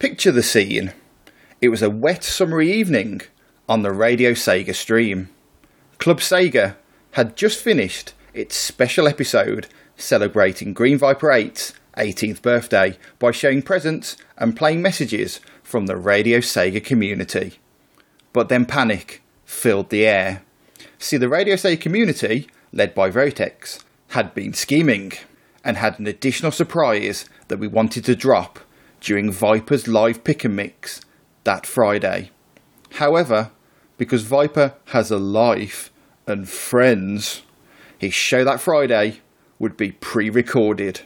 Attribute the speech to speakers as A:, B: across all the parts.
A: Picture the scene. It was a wet summery evening on the Radio Sega stream. Club Sega had just finished its special episode celebrating Green Viper 8's 18th birthday by showing presents and playing messages from the Radio Sega community. But then panic filled the air. See, the Radio Sega community, led by Rotex, had been scheming and had an additional surprise that we wanted to drop during Viper's live pick and mix that Friday. However, because Viper has a life and friends, his show that Friday would be pre recorded.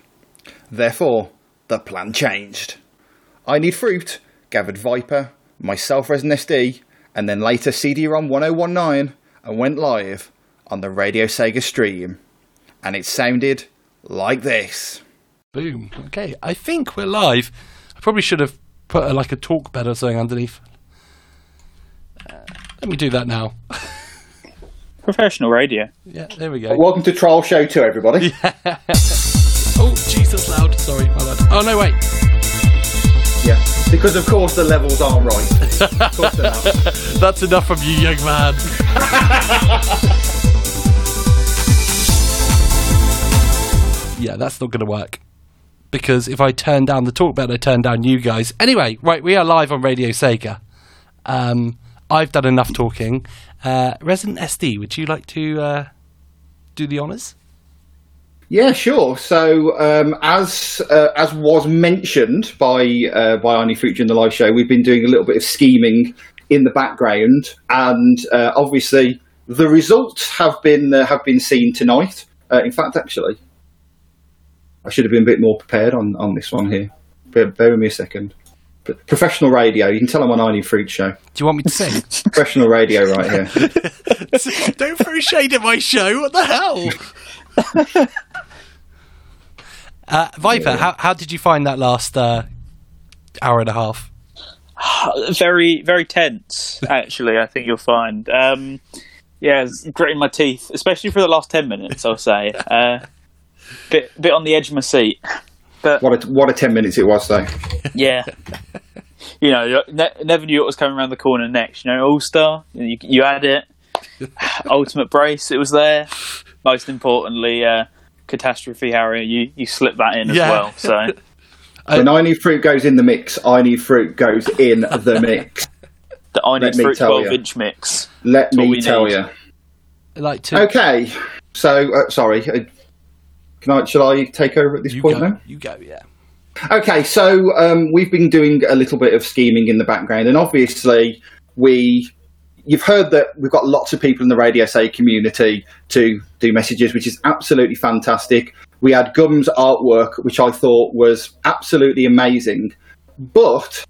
A: Therefore, the plan changed. I Need Fruit gathered Viper, myself as an SD, and then later CD-ROM 1019 and went live on the Radio Sega stream. And it sounded like this.
B: Boom. Okay, I think we're live. I probably should have put a, like a talk bed or something underneath. Uh, let me do that now.
C: Professional radio.
B: yeah, there we go.
A: Welcome to Trial Show 2, everybody.
B: Oh, Jesus, loud. Sorry, my bad. Oh no, wait.
A: yeah. Because, of course, the levels aren't right. Of course they're not.
B: That's enough from you, young man. yeah, that's not going to work. Because if I turn down the talk bed, I turn down you guys. Anyway, right, we are live on Radio Sega. Um, I've done enough talking. Uh, Resident SD, would you like to uh, do the honours?
A: Yeah, sure. So, um, as uh, as was mentioned by uh, by Arnie Future in the live show, we've been doing a little bit of scheming in the background, and uh, obviously the results have been uh, have been seen tonight. Uh, in fact, actually, I should have been a bit more prepared on, on this one here. Bear, bear with me a second. But professional radio, you can tell I'm on Arnie Fruit show.
B: Do you want me to sing?
A: Professional radio, right here.
B: Don't throw shade at my show. What the hell? uh, Viper, how, how did you find that last uh, hour and a half?
C: Uh, Very, very tense. Actually, I think you'll find. Um, yeah, it's gritting my teeth, especially for the last ten minutes. I'll say, uh, bit, bit on the edge of my seat. But
A: What a what a ten minutes it was though.
C: yeah, you know, ne- never knew what was coming around the corner next. You know, All Star, you, you had it. Ultimate brace, it was there. Most importantly, uh, catastrophe, Harry. You you slipped that in
B: Yeah.
C: as well. So
A: When I need fruit goes in the mix, I need fruit goes in the mix.
C: the I
A: Let
C: need
A: me
C: fruit
A: tell ya.
C: twelve inch mix.
A: Let
C: what
A: me
C: we
A: tell
C: need.
A: you.
B: Like to
A: Okay, so uh, sorry. Uh, can I? Shall I take over at this
B: you
A: point
B: go,
A: now?
B: you go, yeah.
A: Okay, so um, we've been doing a little bit of scheming in the background, and obviously we. You've heard that we've got lots of people in the Radio Say community to do messages, which is absolutely fantastic. We had Gum's artwork, which I thought was absolutely amazing. But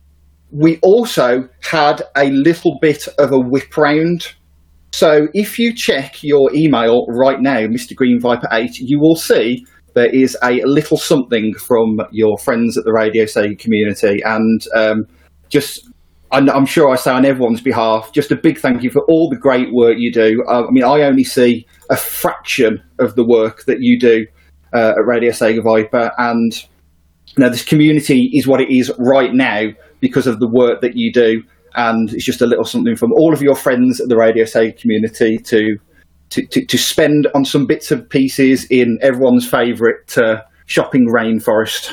A: we also had a little bit of a whip round. So if you check your email right now, Mr. Green Viper 8, you will see there is a little something from your friends at the Radio Sega community. And um, just, I'm, I'm sure I say on everyone's behalf, just a big thank you for all the great work you do. Uh, I mean, I only see a fraction of the work that you do uh, at Radio Sega Viper. And now, this community is what it is right now because of the work that you do, and it's just a little something from all of your friends at the Radio Sega community to to, to, to spend on some bits and pieces in everyone's favourite uh, shopping rainforest.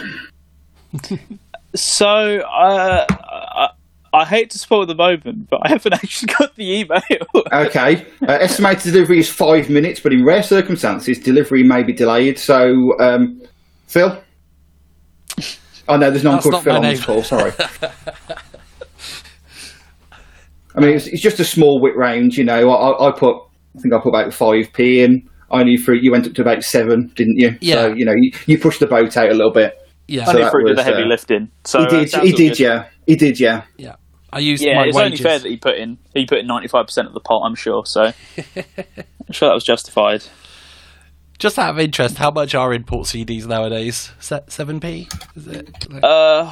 C: So, uh, I, I hate to spoil the moment, but I haven't actually got the email.
A: Okay, uh, estimated delivery is five minutes, but in rare circumstances, delivery may be delayed. So, um, Phil. Oh no, there's none
B: That's
A: called
B: not
A: Phil
B: my
A: on this
B: name.
A: call. Sorry. I mean, it's, it's just a small wit range, you know. I, I put, I think I put about five p in. I knew fruit. You went up to about seven, didn't you?
B: Yeah.
A: So you know, you, you pushed the boat out a little bit.
B: Yeah,
C: I
A: So
C: need
A: that
C: fruit did the
A: was,
C: heavy
A: uh,
C: lifting. So uh,
A: he did.
C: sounds
A: He
C: all
A: did.
C: good.
A: Yeah. He did. Yeah.
B: yeah. I used
C: Yeah,
B: my
C: it's only
B: wages.
C: fair that he put in he put in ninety five percent of the pot. I'm sure. So, I'm sure that was justified.
B: Just out of interest, how much are import CDs nowadays? Seven p? Is it? Like-
C: Uh,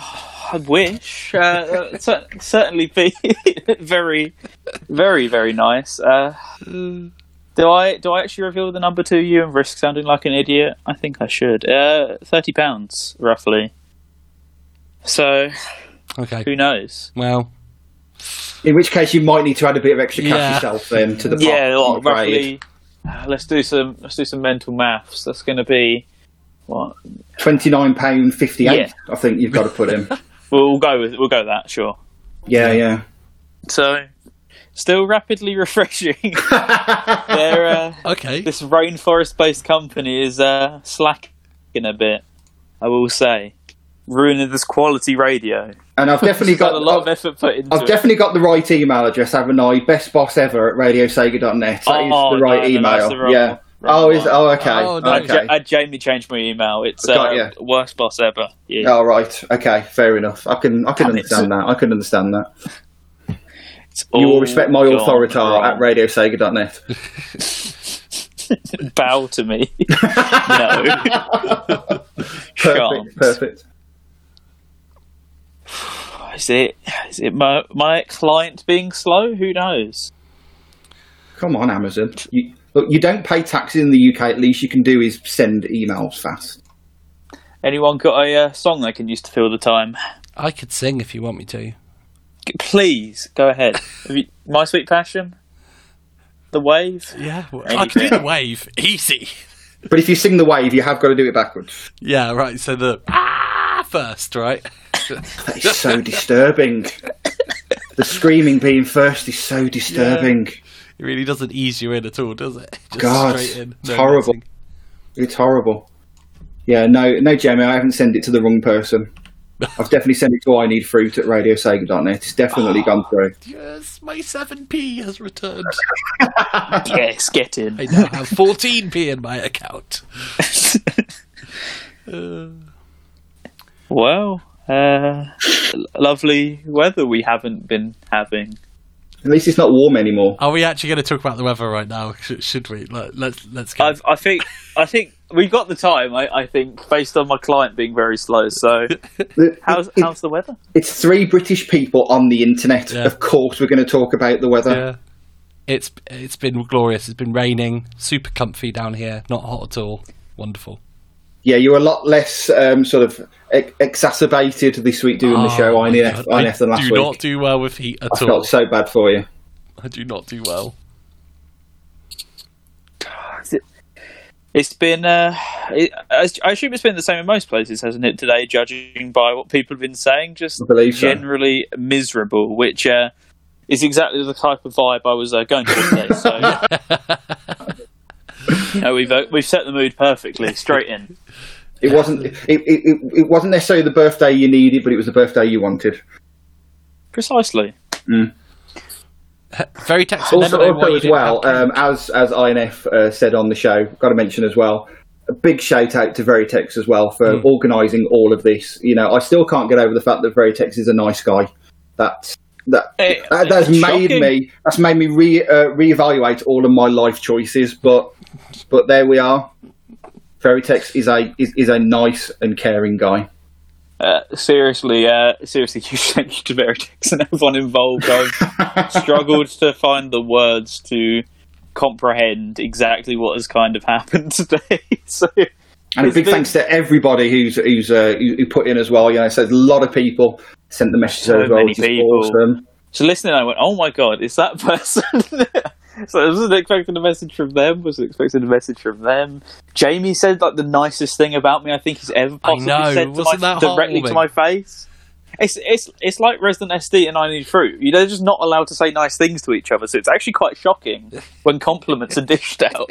C: I wish. Uh, that'd cer- certainly be very, very, very nice. Uh, do I do I actually reveal the number to you and risk sounding like an idiot? I think I should. Uh, Thirty pounds roughly. So
B: Okay.
C: Who knows?
B: Well,
A: In which case, you might need to add a bit of extra cash
B: Yeah.
A: yourself then to the pot.
C: yeah,
A: I'm
C: like,
A: afraid.
C: roughly. uh, Let's do some. Let's do some mental maths. That's going to be what
A: twenty nine pound fifty eight.
C: Yeah.
A: I think you've got to put in.
C: we'll, we'll go with. We'll go with that. Sure.
A: yeah, yeah.
C: So, still rapidly refreshing. They're, uh,
B: okay.
C: this rainforest-based company is uh, slacking a bit. I will say, ruining this quality radio.
A: And I've definitely got
C: Got a lot of
A: I've,
C: effort put into
A: I've
C: it.
A: definitely got the right email address, haven't I? Best boss ever at radiosega.net. That is
C: Oh,
A: the right
C: no, no,
A: email.
C: that's the wrong-
A: yeah.
C: wrong
A: oh, is
C: one.
A: oh okay.
B: Oh, no.
C: I,
A: Okay.
C: ja- I Jamie changed my email. It's uh,
A: Got ya.
C: worst boss ever. Yeah.
A: All right. Okay. Fair enough. I can I can
C: Damn it.
A: understand that. I can understand that.
C: It's
A: Oh, You will
C: all
A: respect my
C: gone
A: authority
C: Oh, wrong.
A: at radiosega.net.
C: Bow to me. no.
A: Perfect.
C: Chance.
A: Perfect.
C: Is it? Is it my my client being slow? Who knows?
A: Come on, Amazon. You, look, you don't pay taxes in the UK. At least you can do is send emails fast.
C: Anyone got a uh, song they can use to fill the time?
B: I could sing if you want me to.
C: G- Please go ahead. Have you, my sweet passion, the wave.
B: Yeah. well,
C: Maybe
B: I could do
C: better.
B: the wave. Easy.
A: But if you sing the wave, you have got to do it backwards.
B: Yeah, right. So the ah first, right?
A: That is so disturbing. The screaming being first is so disturbing.
B: It really doesn't ease you in at all, does it? Just
A: God, it's horrible.
B: nothing.
A: It's horrible. Yeah, no, no, Jamie, I haven't sent it to the wrong person. I've definitely sent it to I Need Fruit at radiosega.net. It's definitely gone through.
B: Yes, my 7p has returned.
C: Yes, get
B: I
C: in.
B: now have 14p in my account.
A: Uh.
C: well, uh, lovely weather we haven't been having.
A: At least it's not warm anymore.
B: Are we actually going to talk about the weather right now? Should, should we? Let, let's let's go.
C: I've, I think I think we've got the time. I, I think based on my client being very slow. So
A: The-
C: how's
A: it-
C: how's the weather?
A: It's three British people on the internet.
B: Yeah.
A: Of course, we're going to talk about the weather.
B: Yeah. It's it's been glorious. It's been raining, super comfy down here, not hot at all. Wonderful.
A: Yeah, you're a lot less um, sort of e- exacerbated this week doing the
B: Oh
A: show E
B: my
A: on INF
B: God,
A: than last
B: do
A: week.
B: not do well with heat at
A: I
B: all.
A: felt so bad for you.
B: I do not do well.
C: It's been. Uh, it, I I assume it's been the same in most places, hasn't it? Today, judging by what people have been saying, just
A: I believe so.
C: generally miserable, which uh, is exactly the type of vibe I was uh, going for today. So. You know, we've uh, we've set the mood perfectly, straight in.
A: It wasn't. It, it, it, it wasn't necessarily the birthday you needed, but it was the birthday you wanted.
C: Precisely.
B: Very technical.
A: Also,
B: Never know why
A: also
B: you
A: as
B: didn't
A: well,
B: have-
A: um, as as INF uh, said on the show, got to mention as well. A big shout out to Veritex as well for
C: Hmm.
A: organising all of this. You know, I still can't get over the fact that Veritex is a nice guy. That that,
C: Eh,
A: that that's
C: it's
A: made
C: shocking.
A: me that's made me re uh, reevaluate all of my life choices. But but there we are. Veritex is a is, is a nice and caring guy.
C: Uh, seriously, uh, seriously, huge thank you to Veritex and everyone involved. I've struggled to find the words to comprehend exactly what has kind of happened today. so,
A: And a
C: It's
A: big
C: been-
A: thanks to everybody who's who's uh, who who put in as well. You know, so a lot of people sent the messages
C: So
A: as well.
C: many
A: which is
C: people.
A: awesome.
C: so listening, I went, "Oh my god, it's that person." so I wasn't expecting a message from them. Wasn't expecting a message from them. Jamie said like the nicest thing about me I think he's ever possibly
B: know,
C: said to
B: wasn't
C: my,
B: that
C: directly to
B: heartwarming?
C: my face. It's it's it's like Resident SD and I Need Fruit. You know, They're just not allowed to say nice things to each other, so it's actually quite shocking when compliments are dished out.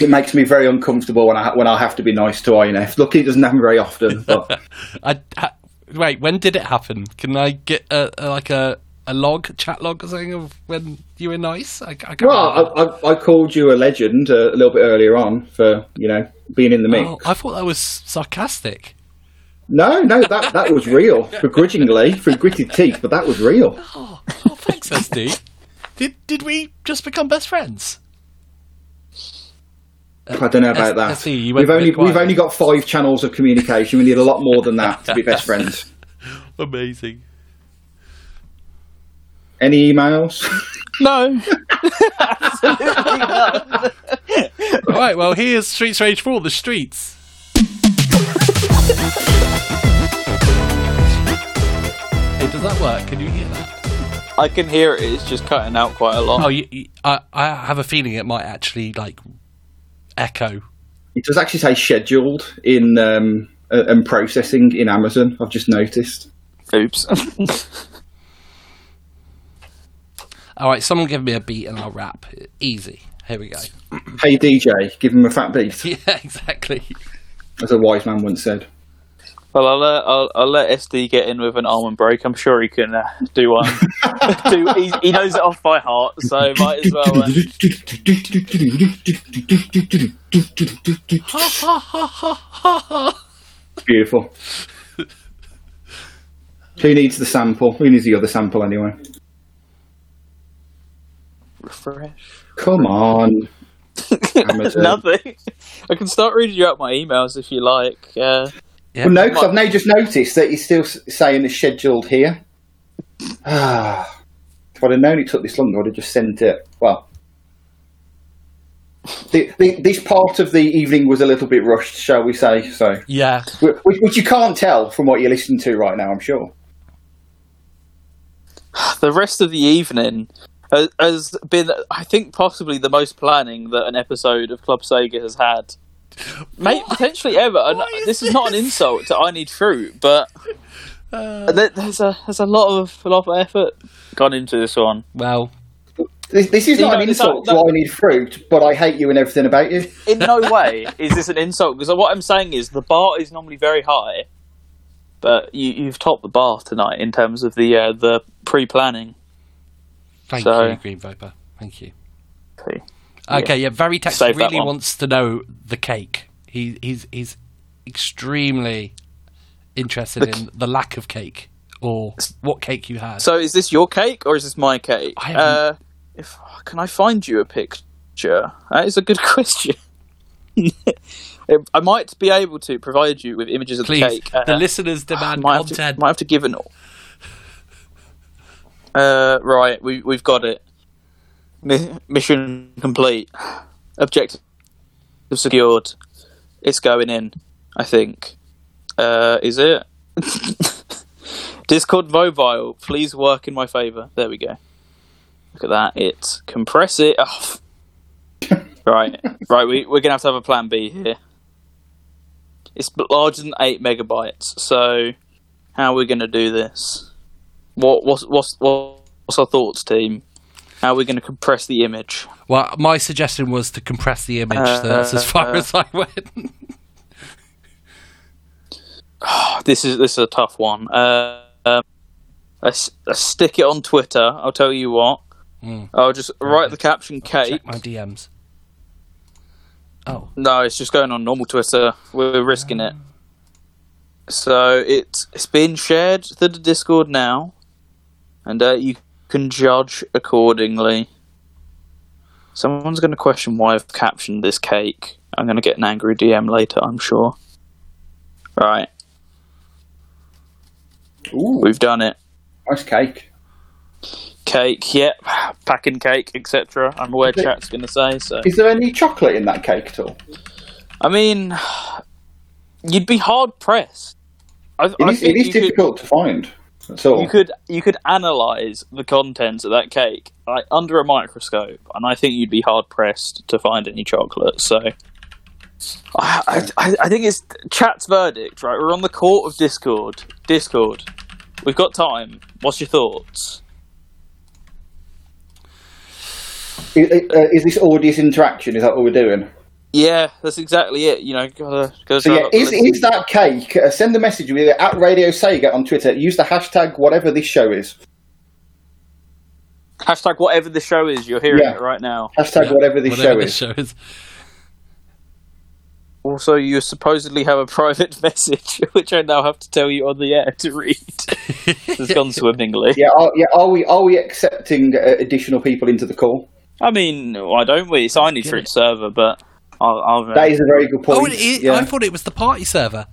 A: It makes me very uncomfortable when I when I have to be nice to INF. Lucky it doesn't happen very often, but
B: I, ha- wait, when did it happen? Can I get a, a- like a, a log, chat log or something of when you were nice? I, I can't
A: well,
B: remember.
A: I, I, I called you a legend uh, a little bit earlier on for you know being in the mix.
B: Oh, I thought that was sarcastic.
A: No, no, that that was real, begrudgingly through gritted teeth, but that was real.
B: Oh, thanks, SD. Did did we just become best friends?
A: I don't know about
B: S-
A: that.
B: SE, you
A: We've
B: went a bit
A: only
B: quiet.
A: we've only got five channels of communication. We need a lot more than that to be best friends.
B: Amazing.
A: Any emails?
C: No,
B: All right, well, here's Streets Rage 4, The Streets. Or does that work? Can you hear that?
C: I can hear it. It's just cutting out quite a lot.
B: Oh, you, you, I, I have a feeling it might actually like echo.
A: It does actually say scheduled in um, uh, and processing in Amazon. I've just noticed.
C: Oops.
B: All right, someone give me a beat and I'll rap. Easy. Here we go.
A: Hey DJ, give him a fat beat,
B: Yeah, exactly.
A: as a wise man once said.
C: well, I'll, uh, I'll I'll let SD get in with an almond break. I'm sure he can uh, do one. do, he, he knows it off by heart, so might as well. Uh,
A: Beautiful. Who needs the sample? Who needs the other sample anyway?
C: refresh.
A: Come on. Amazon.
C: Nothing. I can start reading you out my emails if you like. Uh,
B: Yeah.
A: Well, no, because I've now just noticed that he's still s- saying it's scheduled here. Ah, if I'd have known it took this long, I would have just sent it. Well, the, the, this part of the evening was a little bit rushed, shall we say? So,
B: Yeah.
A: wh- which, which you can't tell from what you're listening to right now, I'm sure.
C: the rest of the evening ha- has been, I think, possibly the most planning that an episode of Club Sega has had. May, potentially ever. And
B: Why is
C: this is not an
B: this?
C: insult to I Need Fruit, but there- there's a there's a lot of a lot of effort gone into this one.
B: Well,
A: This, this is
C: You
A: not
C: know,
A: an
C: it's not-
A: insult to I need fruit, but I hate you and everything about you.
C: In no way is this an insult because what I'm saying is the bar is normally very high, but you, you've topped the bar tonight in terms of the uh, the pre planning.
B: thank
C: So-
B: you, Green Viper. Thank you.
C: Okay.
B: Okay, yeah, very Tex
C: Save that
B: really
C: one.
B: wants to know the cake. He he's he's extremely interested
C: The
B: in the lack of cake or what cake you had.
C: So is this your cake or is this my cake?
B: I haven't-
C: Uh, if can I find you a picture? That is a good question. I might be able to provide you with images of
B: Please,
C: the cake.
B: the
C: Uh,
B: listeners demand
C: might have, to,
B: content.
C: might have to give an. Uh, right, we we've got it. Mi- mission complete. Objective secured. It's going in. I think. Uh, is it? Discord mobile, please work in my favour. There we go. Look at that. It's compress it. Oh, f- right, right. We we're gonna have to have a plan B here. It's b- larger than eight megabytes. So, how are we gonna do this? What what's what's what's our thoughts, team? How are we gonna compress the image?
B: well, my suggestion was to compress the image. so that's as far
C: Uh,
B: as I went.
C: Oh, this is this is a tough one. Uh, um, I, s- I stick it on Twitter. I'll tell you what.
B: Mm.
C: I'll just write the caption "cake."
B: Check my DMs. Oh,
C: No, it's just going on normal Twitter. We're risking it. So it's it's been shared to the Discord now, and uh, you can judge accordingly. Someone's going to question why I've captioned this cake. I'm going to get an angry DM later, I'm sure. Right,
A: Ooh,
C: we've done it.
A: nice cake.
C: cake, yep, packing cake, etc. I'm aware chat's going to say so.
A: Is there any chocolate in that cake at all?
C: I mean, you'd be hard pressed. I,
A: It
C: I
A: is,
C: think
A: it is
C: you could-
A: difficult to find. That's all.
C: you could you could analyze the contents of that cake like under a microscope, and I think you'd be hard pressed to find any chocolate. So, I, I, I think it's chat's verdict. Right, we're on the court of Discord. Discord, we've got time. What's your thoughts?
A: I- I- uh, is this audience interaction? Is that what we're doing?
C: Yeah, that's exactly it. You know, gotta gotta.
A: So
C: try
A: yeah,
C: not to
A: is,
C: listen.
A: is that cake? Uh, send a message with it at Radio Sega on Twitter. Use the hashtag whatever this show is.
C: Hashtag whatever the show is, you're hearing
A: Yeah.
C: it right now.
A: Hashtag
B: yeah,
A: whatever this show
B: this
A: is.
B: show is.
C: Also, you supposedly have a private message, which I now have to tell you on the air to read. it's gone swimmingly.
A: Yeah, are, yeah. Are we are we accepting uh, additional people into the call?
C: I mean, why don't we? It's I need
B: Get
C: for
B: it.
C: its server, but I'll. I'll
A: That is a very good point.
B: Oh, it is,
A: yeah.
B: I thought it was the party server.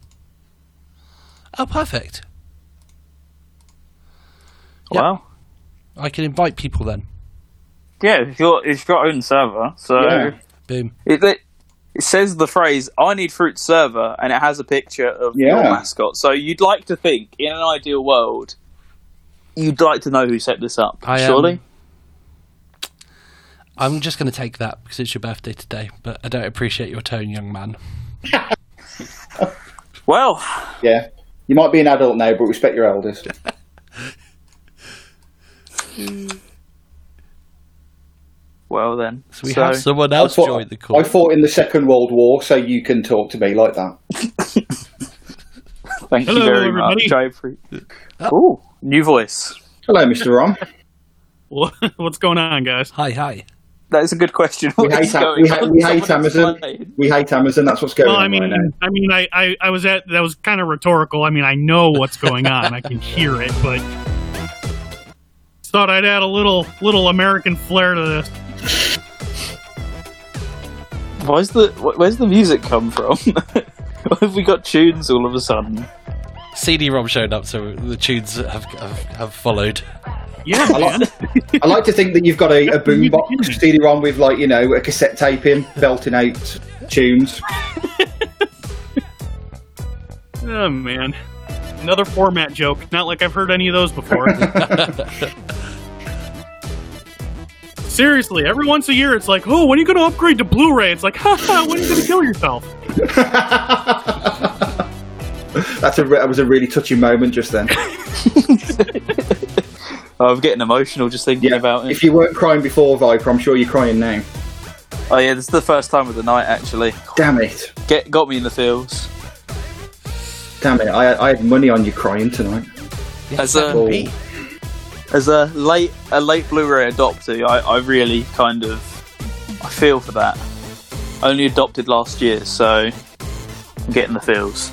B: Oh, perfect. yeah.
C: Well,
B: I can invite people then.
C: yeah, it's your, it's your own server, so
A: Yeah.
B: Boom.
C: it, it it says the phrase "I need fruit server" and it has a picture of your
A: Yeah.
C: mascot. So you'd like to think, in an ideal world, You'd like to know who set this up,
B: I, um,
C: surely?
B: I'm just going to take that because it's your birthday today, but I don't appreciate your tone, young man.
C: Well,
A: Yeah. You might be an adult now, but respect your elders.
C: well then.
B: So we have someone else
A: fought-
B: join the call.
A: I fought in the Second World War, so you can talk to me like that.
C: Thank
D: Hello,
C: you very
D: everybody.
C: much. I appreciate. Ooh, new voice.
A: Hello, Mr. Ron.
D: What, what's going on, guys?
B: Hi, hi.
C: That is a good question.
A: We
C: What
A: hate,
C: is going
A: we ha-
C: on?
A: we hate
C: Someone has
A: Amazon.
C: played.
A: We hate Amazon. That's what's going
D: Well,
A: on
D: I mean,
A: right now.
D: I mean, I, I, I was at that was kind of rhetorical. I mean, I know what's going on. I can hear it, but just thought I'd add a little little American flair to this.
C: Why's the wh- where's the music come from? Why have we got tunes all of a sudden?
B: CD-ROM showed up, so the tunes have have, have followed.
D: Yeah,
A: I
D: man.
A: like, I like to think that you've got a, a boombox CD-ROM with, like, you know, a cassette tape in, belting out tunes.
D: Oh man, another format joke. Not like I've heard any of those before. Seriously, every once a year, it's like, oh, when are you going to upgrade to Blu-ray? It's like, haha, when are you going to kill yourself?
A: That's a re- that was a really touching moment just then.
C: Oh, I'm getting emotional just thinking about it.
A: If you weren't crying before, Viper, I'm sure you're crying now.
C: Oh yeah, this is the first time of the night actually.
A: Damn it.
C: Get got me in the feels.
A: Damn it. I, I had money on you crying tonight.
C: As uh, a
A: Oh.
C: as a late a late Blu-ray adoptee, I, I really kind of I feel for that. I only adopted last year, so I'm getting the feels.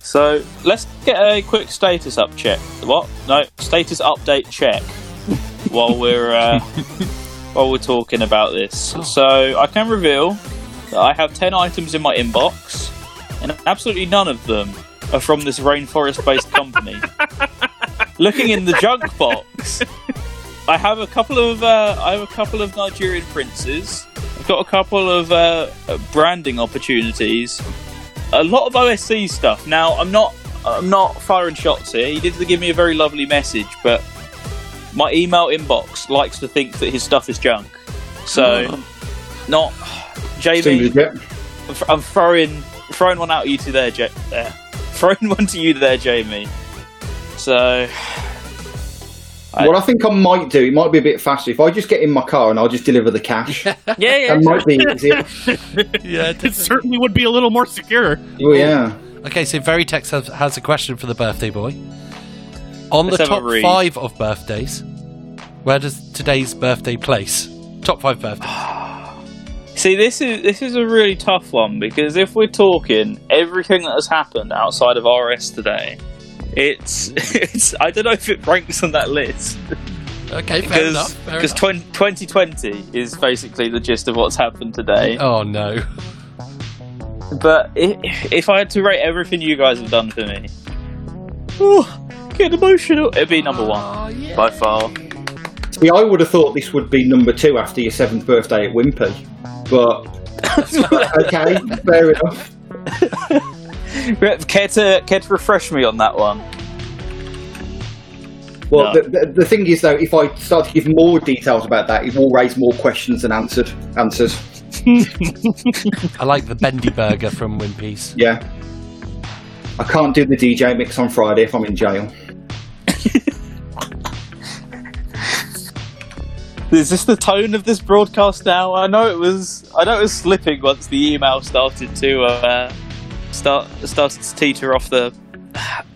C: So let's get a quick status up check. What? No, status update check. while we're uh, while we're talking about this, so I can reveal that I have ten items in my inbox, and absolutely none of them are from this rainforest-based company looking in the junk box, I have a couple of uh, I have a couple of Nigerian princes. I've got a couple of uh, branding opportunities. A lot of OSC stuff. Now I'm not I'm not firing shots here. He did give me a very lovely message, but my email inbox likes to think that his stuff is junk. So not Jamie.
A: Seems legit.
C: I'm th- I'm throwing throwing one out at you to there, ja- there. Throwing one to you there, Jamie. So I-
A: What I think I might do, it might be a bit faster. If I just get in my car and I'll just deliver the cash, that
C: yeah, yeah.
A: might be easier.
B: Yeah.
D: It certainly would be a little more secure.
A: Oh, yeah.
B: Okay, so Veritex has, has a question for the birthday boy. On
C: Let's
B: the
C: have a
B: top
C: read.
B: five of birthdays, where does today's birthday place? Top five birthdays.
C: See, this is this is a really tough one because if we're talking everything that has happened outside of RS today, it's it's I don't know if it ranks on that list
B: Okay, fair enough.
C: because
B: Fair
C: because
B: enough.
C: 20, 2020 is basically the gist of what's happened today.
B: oh no.
C: But i if I had to rate everything you guys have done for me, ooh, get emotional. It'd be number one
B: Oh,
C: by far.
A: See, I would have thought this would be number two after your seventh birthday at Wimpy, but okay, fair enough.
C: Care to care to refresh me on that one?
A: Well,
C: No.
A: the, the, the thing is, though, if I start to give more details about that, it will raise more questions than answered answers.
B: I like the bendy burger from Wimpy's. Piece.
A: Yeah. I can't do the DJ mix on Friday if I'm in jail.
C: Is this the tone of this broadcast now? I know it was. I know it was slipping once the email started to uh, start started to teeter off the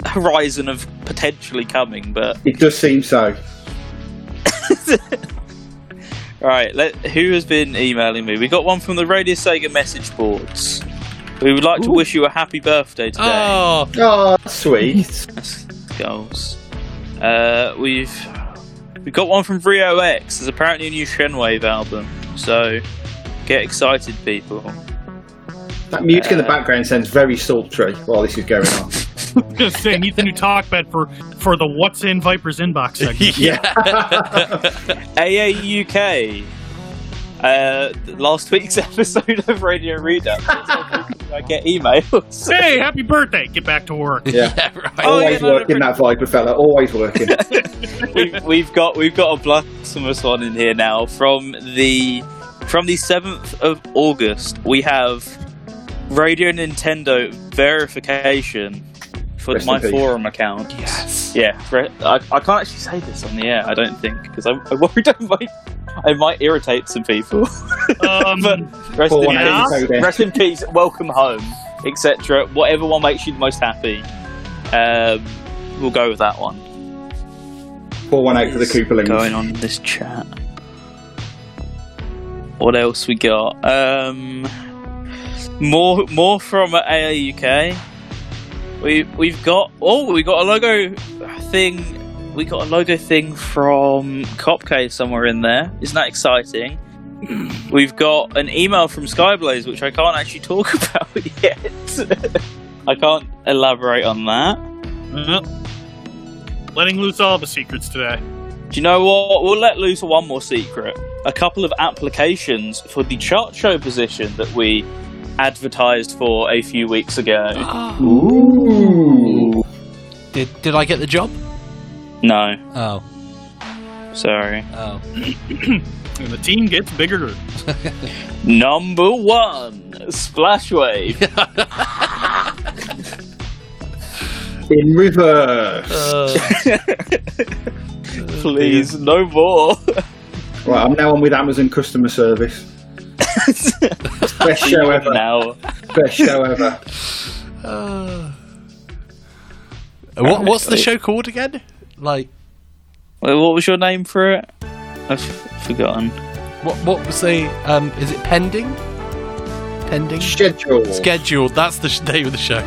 C: horizon of potentially coming. But
A: It does seem so.
C: all right, let, who has been emailing me? We got one from the Radio Sega message boards. We would like to wish you a happy birthday today.
B: Oh,
A: Oh, sweet.
C: That's goals. Uh, we've we got one from Rio X. There's apparently a new Shenwave album, so get excited, people.
A: That music in the background sounds very sultry while this is going on.
D: Just saying, he's the new talk bed for for the what's in Viper's inbox segment.
A: yeah.
C: AAUK. Uh, last week's episode of Radio Redux. I get emails.
D: Hey, happy birthday! Get back to work.
A: Yeah.
B: right.
C: Oh, yeah,
A: always
C: no,
A: working that Viper fella, always working.
C: we've, we've got we've got a blasphemous one in here now from the from the seventh of August. We have Radio Nintendo verification for
A: Rest in
C: my
A: peace.
C: forum account.
B: Yes.
C: Yeah, re- I, I can't actually say this on the air. I don't think because I'm, I'm worried I might I might irritate some people.
D: Um,
C: But- Rest
A: Poor
C: in
A: one
D: Yeah.
A: episode in.
C: rest in peace, welcome home, etc. Whatever one makes you the most happy, um, we'll go with that one.
A: Poor one out for the
C: What's Going
A: Koopalings.
C: on in this chat. What else we got? Um, more, more from AAUK. We we've got oh we got a logo thing. We got a logo thing from Copcase somewhere in there. Isn't that exciting? We've got an email from Skyblaze, which I can't actually talk about yet. I can't elaborate on that.
D: uh, letting loose all the secrets today.
C: Do you know what? We'll let loose one more secret. A couple of applications for the chart show position that we advertised for a few weeks ago.
A: Ooh.
B: Did did I get the job?
C: No,
B: Oh,
C: sorry.
B: oh.
D: And the team gets bigger.
C: Number one, Splashwave.
A: In reverse.
B: Uh,
C: Please, no more.
A: Right, I'm now on with Amazon customer service. Best show ever.
C: now.
A: Best show ever.
B: what what's the show called again? Like
C: Wait, what was your name for it? I've forgotten.
B: what what was the um? Is it pending? Pending.
A: Schedule.
B: Scheduled. That's the sh- name of the show.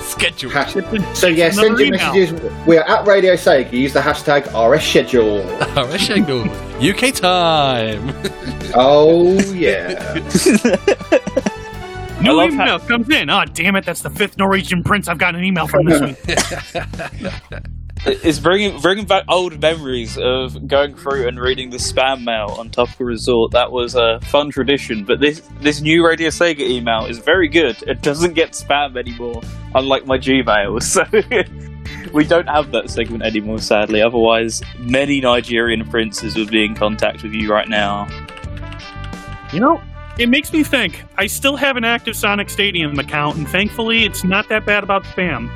B: Scheduled.
A: Hash- So yeah, send
D: Another
A: your
D: email.
A: messages. We're at Radio Sega. Use the hashtag RSSchedule.
B: All right, scheduled. UK time.
A: oh yeah.
D: New
C: love
D: email comes in. Oh, damn it! That's the fifth Norwegian prince I've got an email from this week.
C: It's bringing bringing back old memories of going through and reading the spam mail on Topical Resort. That was a fun tradition, but this this new Radio Sega email is very good. It doesn't get spam anymore, unlike my Gmail. So we don't have that segment anymore, sadly. Otherwise, many Nigerian princes would be in contact with you right now.
D: You know, it makes me think. I still have an active Sonic Stadium account, and thankfully, it's not that bad about spam.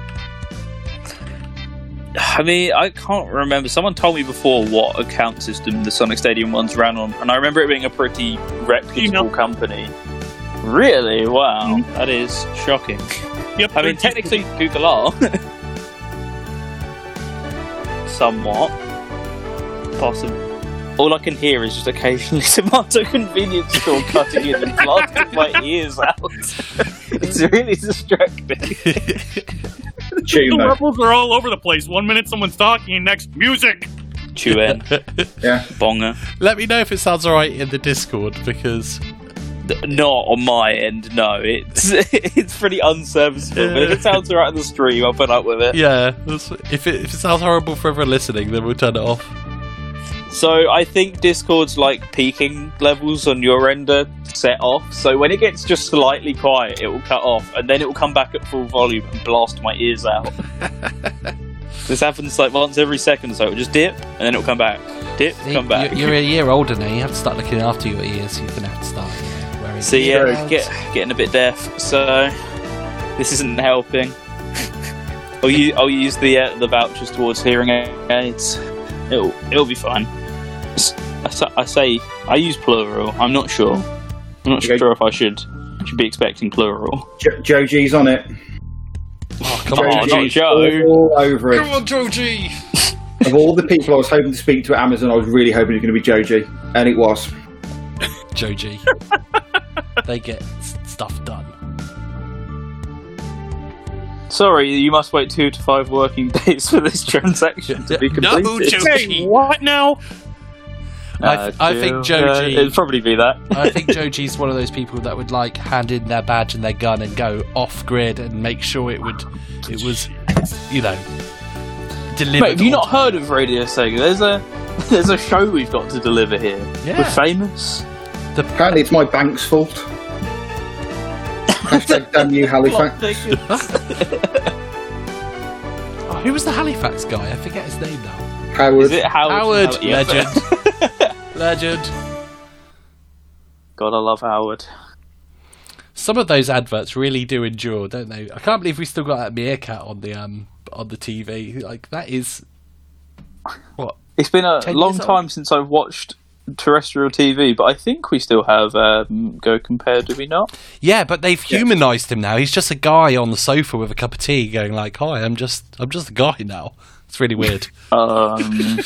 C: I mean, I can't remember. Someone told me before what account system the Sonic Stadium ones ran on, and I remember it being a pretty reputable
D: Email.
C: company. Really? Wow, that is shocking.
D: Yep.
C: I mean, technically, Google are somewhat possible. All I can hear is just occasionally tomato convenience store cutting in and blasting my ears out. it's really distracting.
D: the
A: Tumor.
D: levels are all over the place. One minute someone's talking, and next music.
C: Chew in,
A: Yeah.
C: bonger.
B: Let me know if it sounds alright in the Discord because
C: Th- Not on my end, no. It's it's pretty unserviceable, but if it sounds alright on the stream, I'll put up with it.
B: yeah, that's- if it, if it sounds horrible for everyone listening, then we'll turn it off.
C: So I think Discord's like peaking levels on your end are set off. So when it gets just slightly quiet, it will cut off, and then it will come back at full volume and blast my ears out. this happens like once every second, so it'll just dip, and then it'll come back, dip, come back.
B: You're, a year older now. You have to start looking after your ears. You're gonna have to start. Wearing
C: So yeah,
A: Straight.
C: get, getting a bit deaf. So this isn't helping. I'll, u- I'll use the uh, the vouchers towards hearing aids. It'll it'll be fine. S- I sa- I say I use plural. I'm not sure. I'm not
A: Okay.
C: sure if I should should be expecting plural.
A: Jo- Joe G's on it.
B: oh, come
C: Joe
B: on,
A: Joe
C: G.
A: G's
C: Joe.
A: All over
B: come
A: it.
B: on, Georgie.
A: Of all the people I was hoping to speak to at Amazon, I was really hoping it was going to be Joe G, and it was.
B: Joji. they get s- stuff done.
C: Sorry, you must wait two to five working days for this transaction to be
B: No,
C: completed.
B: Joe.
D: Hey, what now?
B: I, th- I think
C: Uh,
B: Joji.
C: it'd probably be that.
B: I think Joji's one of those people that would like hand in their badge and their gun and go off grid and make sure it would, it was, you know, delivered.
C: Mate, have you
B: on
C: not heard of Radio Sega? There's a there's a show we've got to deliver here.
B: Yeah.
C: We're famous.
A: Apparently, it's my bank's fault. Hashtag damn you, Halifax.
B: Oh, who was the Halifax guy? I forget his name now.
A: Howard.
C: Is it Howard?
B: Howard,
C: Yeah.
B: legend. legend.
C: God, I love Howard.
B: Some of those adverts really do endure, don't they? I can't believe we still got that meerkat on the um on the TV. Like that is what
C: It's been a
B: Ten
C: long
B: years
C: time
B: old.
C: since I've watched terrestrial TV, but I think we still have um, Go Compare, do we not?
B: Yeah, but they've humanized him now. He's just a guy on the sofa with a cup of tea, going like, "Hi, I'm just, I'm just a guy now." It's really weird.
C: Um,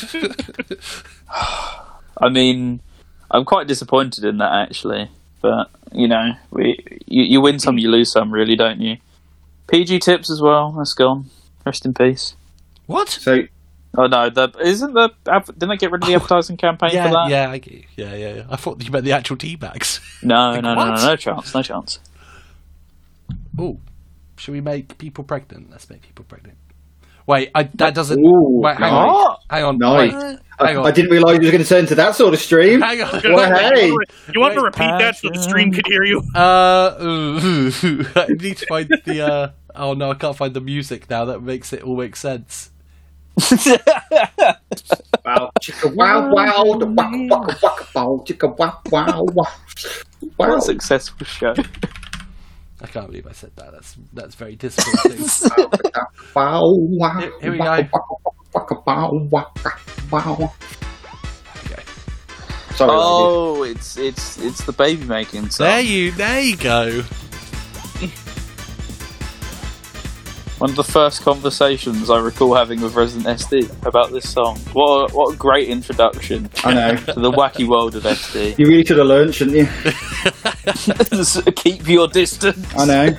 C: I mean, I'm quite disappointed in that actually, but you know, we you, you win some, you lose some, really, don't you? PG tips as well. That's gone. Rest in peace.
B: what?
A: So
C: Oh no, the, isn't the adv- didn't they get rid of
A: Oh.
C: the advertising campaign
B: Yeah,
C: for that?
B: yeah, I, g- yeah, yeah, yeah. I thought you meant the actual tea bags.
C: No, no, no, no,
B: what?
C: no chance, no chance.
B: Ooh, should we make people pregnant? Let's make people pregnant. Wait, I, that doesn't.
A: Ooh,
B: wait, hang on,
C: nice.
B: hang on,
A: Nice.
B: wait,
A: I,
B: hang on.
A: I didn't realise you were going to turn to that sort of stream.
B: Hang on.
D: You want to-
A: hey.
D: you want to- you want to
B: Wait,
D: repeat that so the stream could hear you?
B: Uh, ooh, I need to find the. Uh, oh no, I can't find the music now. That makes it all make sense.
A: Wow, chicka wow wow, da wow waka waka wow, chicka wow wow wow. Wow.
C: What a successful show.
B: I can't believe I said that. That's that's very disappointing.
A: Wow wow.
B: Here- here we
A: waka,
B: go.
A: waka, waka, waka, wow wow.
B: Okay.
A: Sorry. ladies.
C: Oh, it's it's it's the baby making song.
B: There you, there you go.
C: One of the first conversations I recall having with Resident SD about this song. What a, what a great introduction
A: I know.
C: to the wacky world of SD.
A: You really should have learned, shouldn't you?
C: Keep your distance.
A: I know.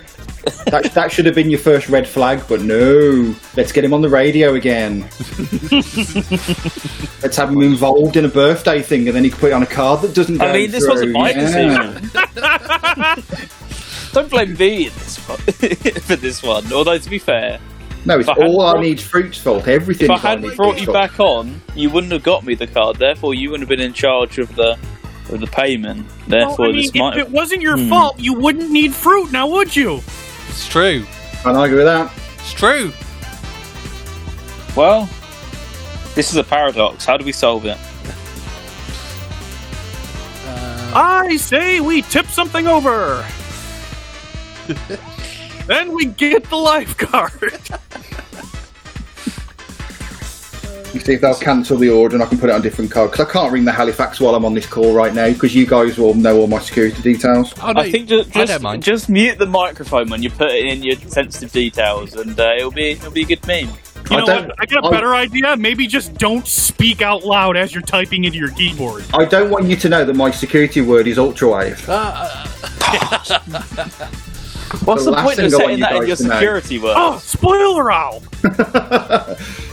A: That, that should have been your first red flag, but no. Let's get him on the radio again. Let's have him involved in a birthday thing, and then he can put it on a card that doesn't. Go
C: I mean, this
A: through.
C: wasn't my
A: Yeah.
C: decision. Don't blame me in this one, for this one. Although to be fair,
A: No, it's
C: If I hadn't
A: all I
C: brought-
A: need fruit's fault. Everything.
C: if I
A: is all
C: hadn't
A: need
C: brought
A: fruit's
C: you
A: fault.
C: back on, you wouldn't have got me the card. Therefore, you wouldn't have been in charge of the of the payment. Therefore,
D: Well, I mean,
C: this might
D: if
C: have
D: it wasn't your fault, you wouldn't need fruit now, would you?
B: It's true.
A: Can't argue with that.
B: It's true.
C: Well, this is a paradox. How do we solve it?
D: I say we tip something over. then we get the lifeguard.
A: You see if they'll cancel the order and I can put it on a different card because I can't ring the Halifax while I'm on this call right now because you guys will know all my security details.
B: Oh, no,
C: I think just
B: I
C: just,
B: don't mind.
C: just mute the microphone when you put in your sensitive details, and uh, it'll be it'll be a good meme.
D: You
A: I
D: know
A: don't-
D: what? I got a
A: I-
D: better idea. Maybe just don't speak out loud as you're typing into your keyboard.
A: I don't want you to know that my security word is ultrawave.
C: What's
A: The
C: the,
A: last
C: point
A: thing I
C: of
A: want
C: setting
A: you
C: that in
A: guys
C: your
A: to know.
C: security word?
D: Oh, spoiler out!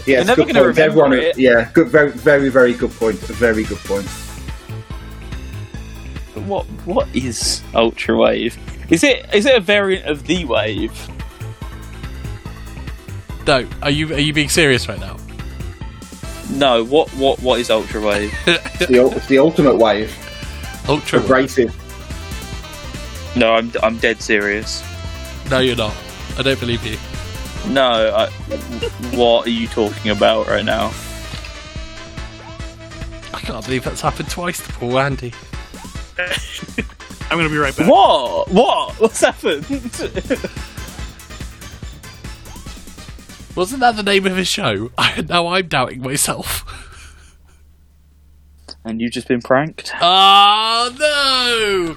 A: Yeah, it's
C: never
A: good
C: gonna
A: point.
C: remember
A: Everyone-
C: it.
A: Yeah, good, very, very, very good point. A very good point.
C: What what is ultra wave? Is it is it a variant of the wave?
B: no. Are you are you being serious right now?
C: No. What what what is ultra wave?
A: It's the, ul- it's the ultimate wave.
B: Ultra.
A: Abrasive.
C: no, I'm I'm dead serious.
B: No, you're not. I don't believe you.
C: No. I, what are you talking about right now?
B: I can't believe that's happened twice to poor Andy.
D: I'm gonna be right back.
C: What? What? What's happened?
B: Wasn't that the name of his show? now I'm doubting myself.
C: and you've just been pranked.
B: Ah, Oh no!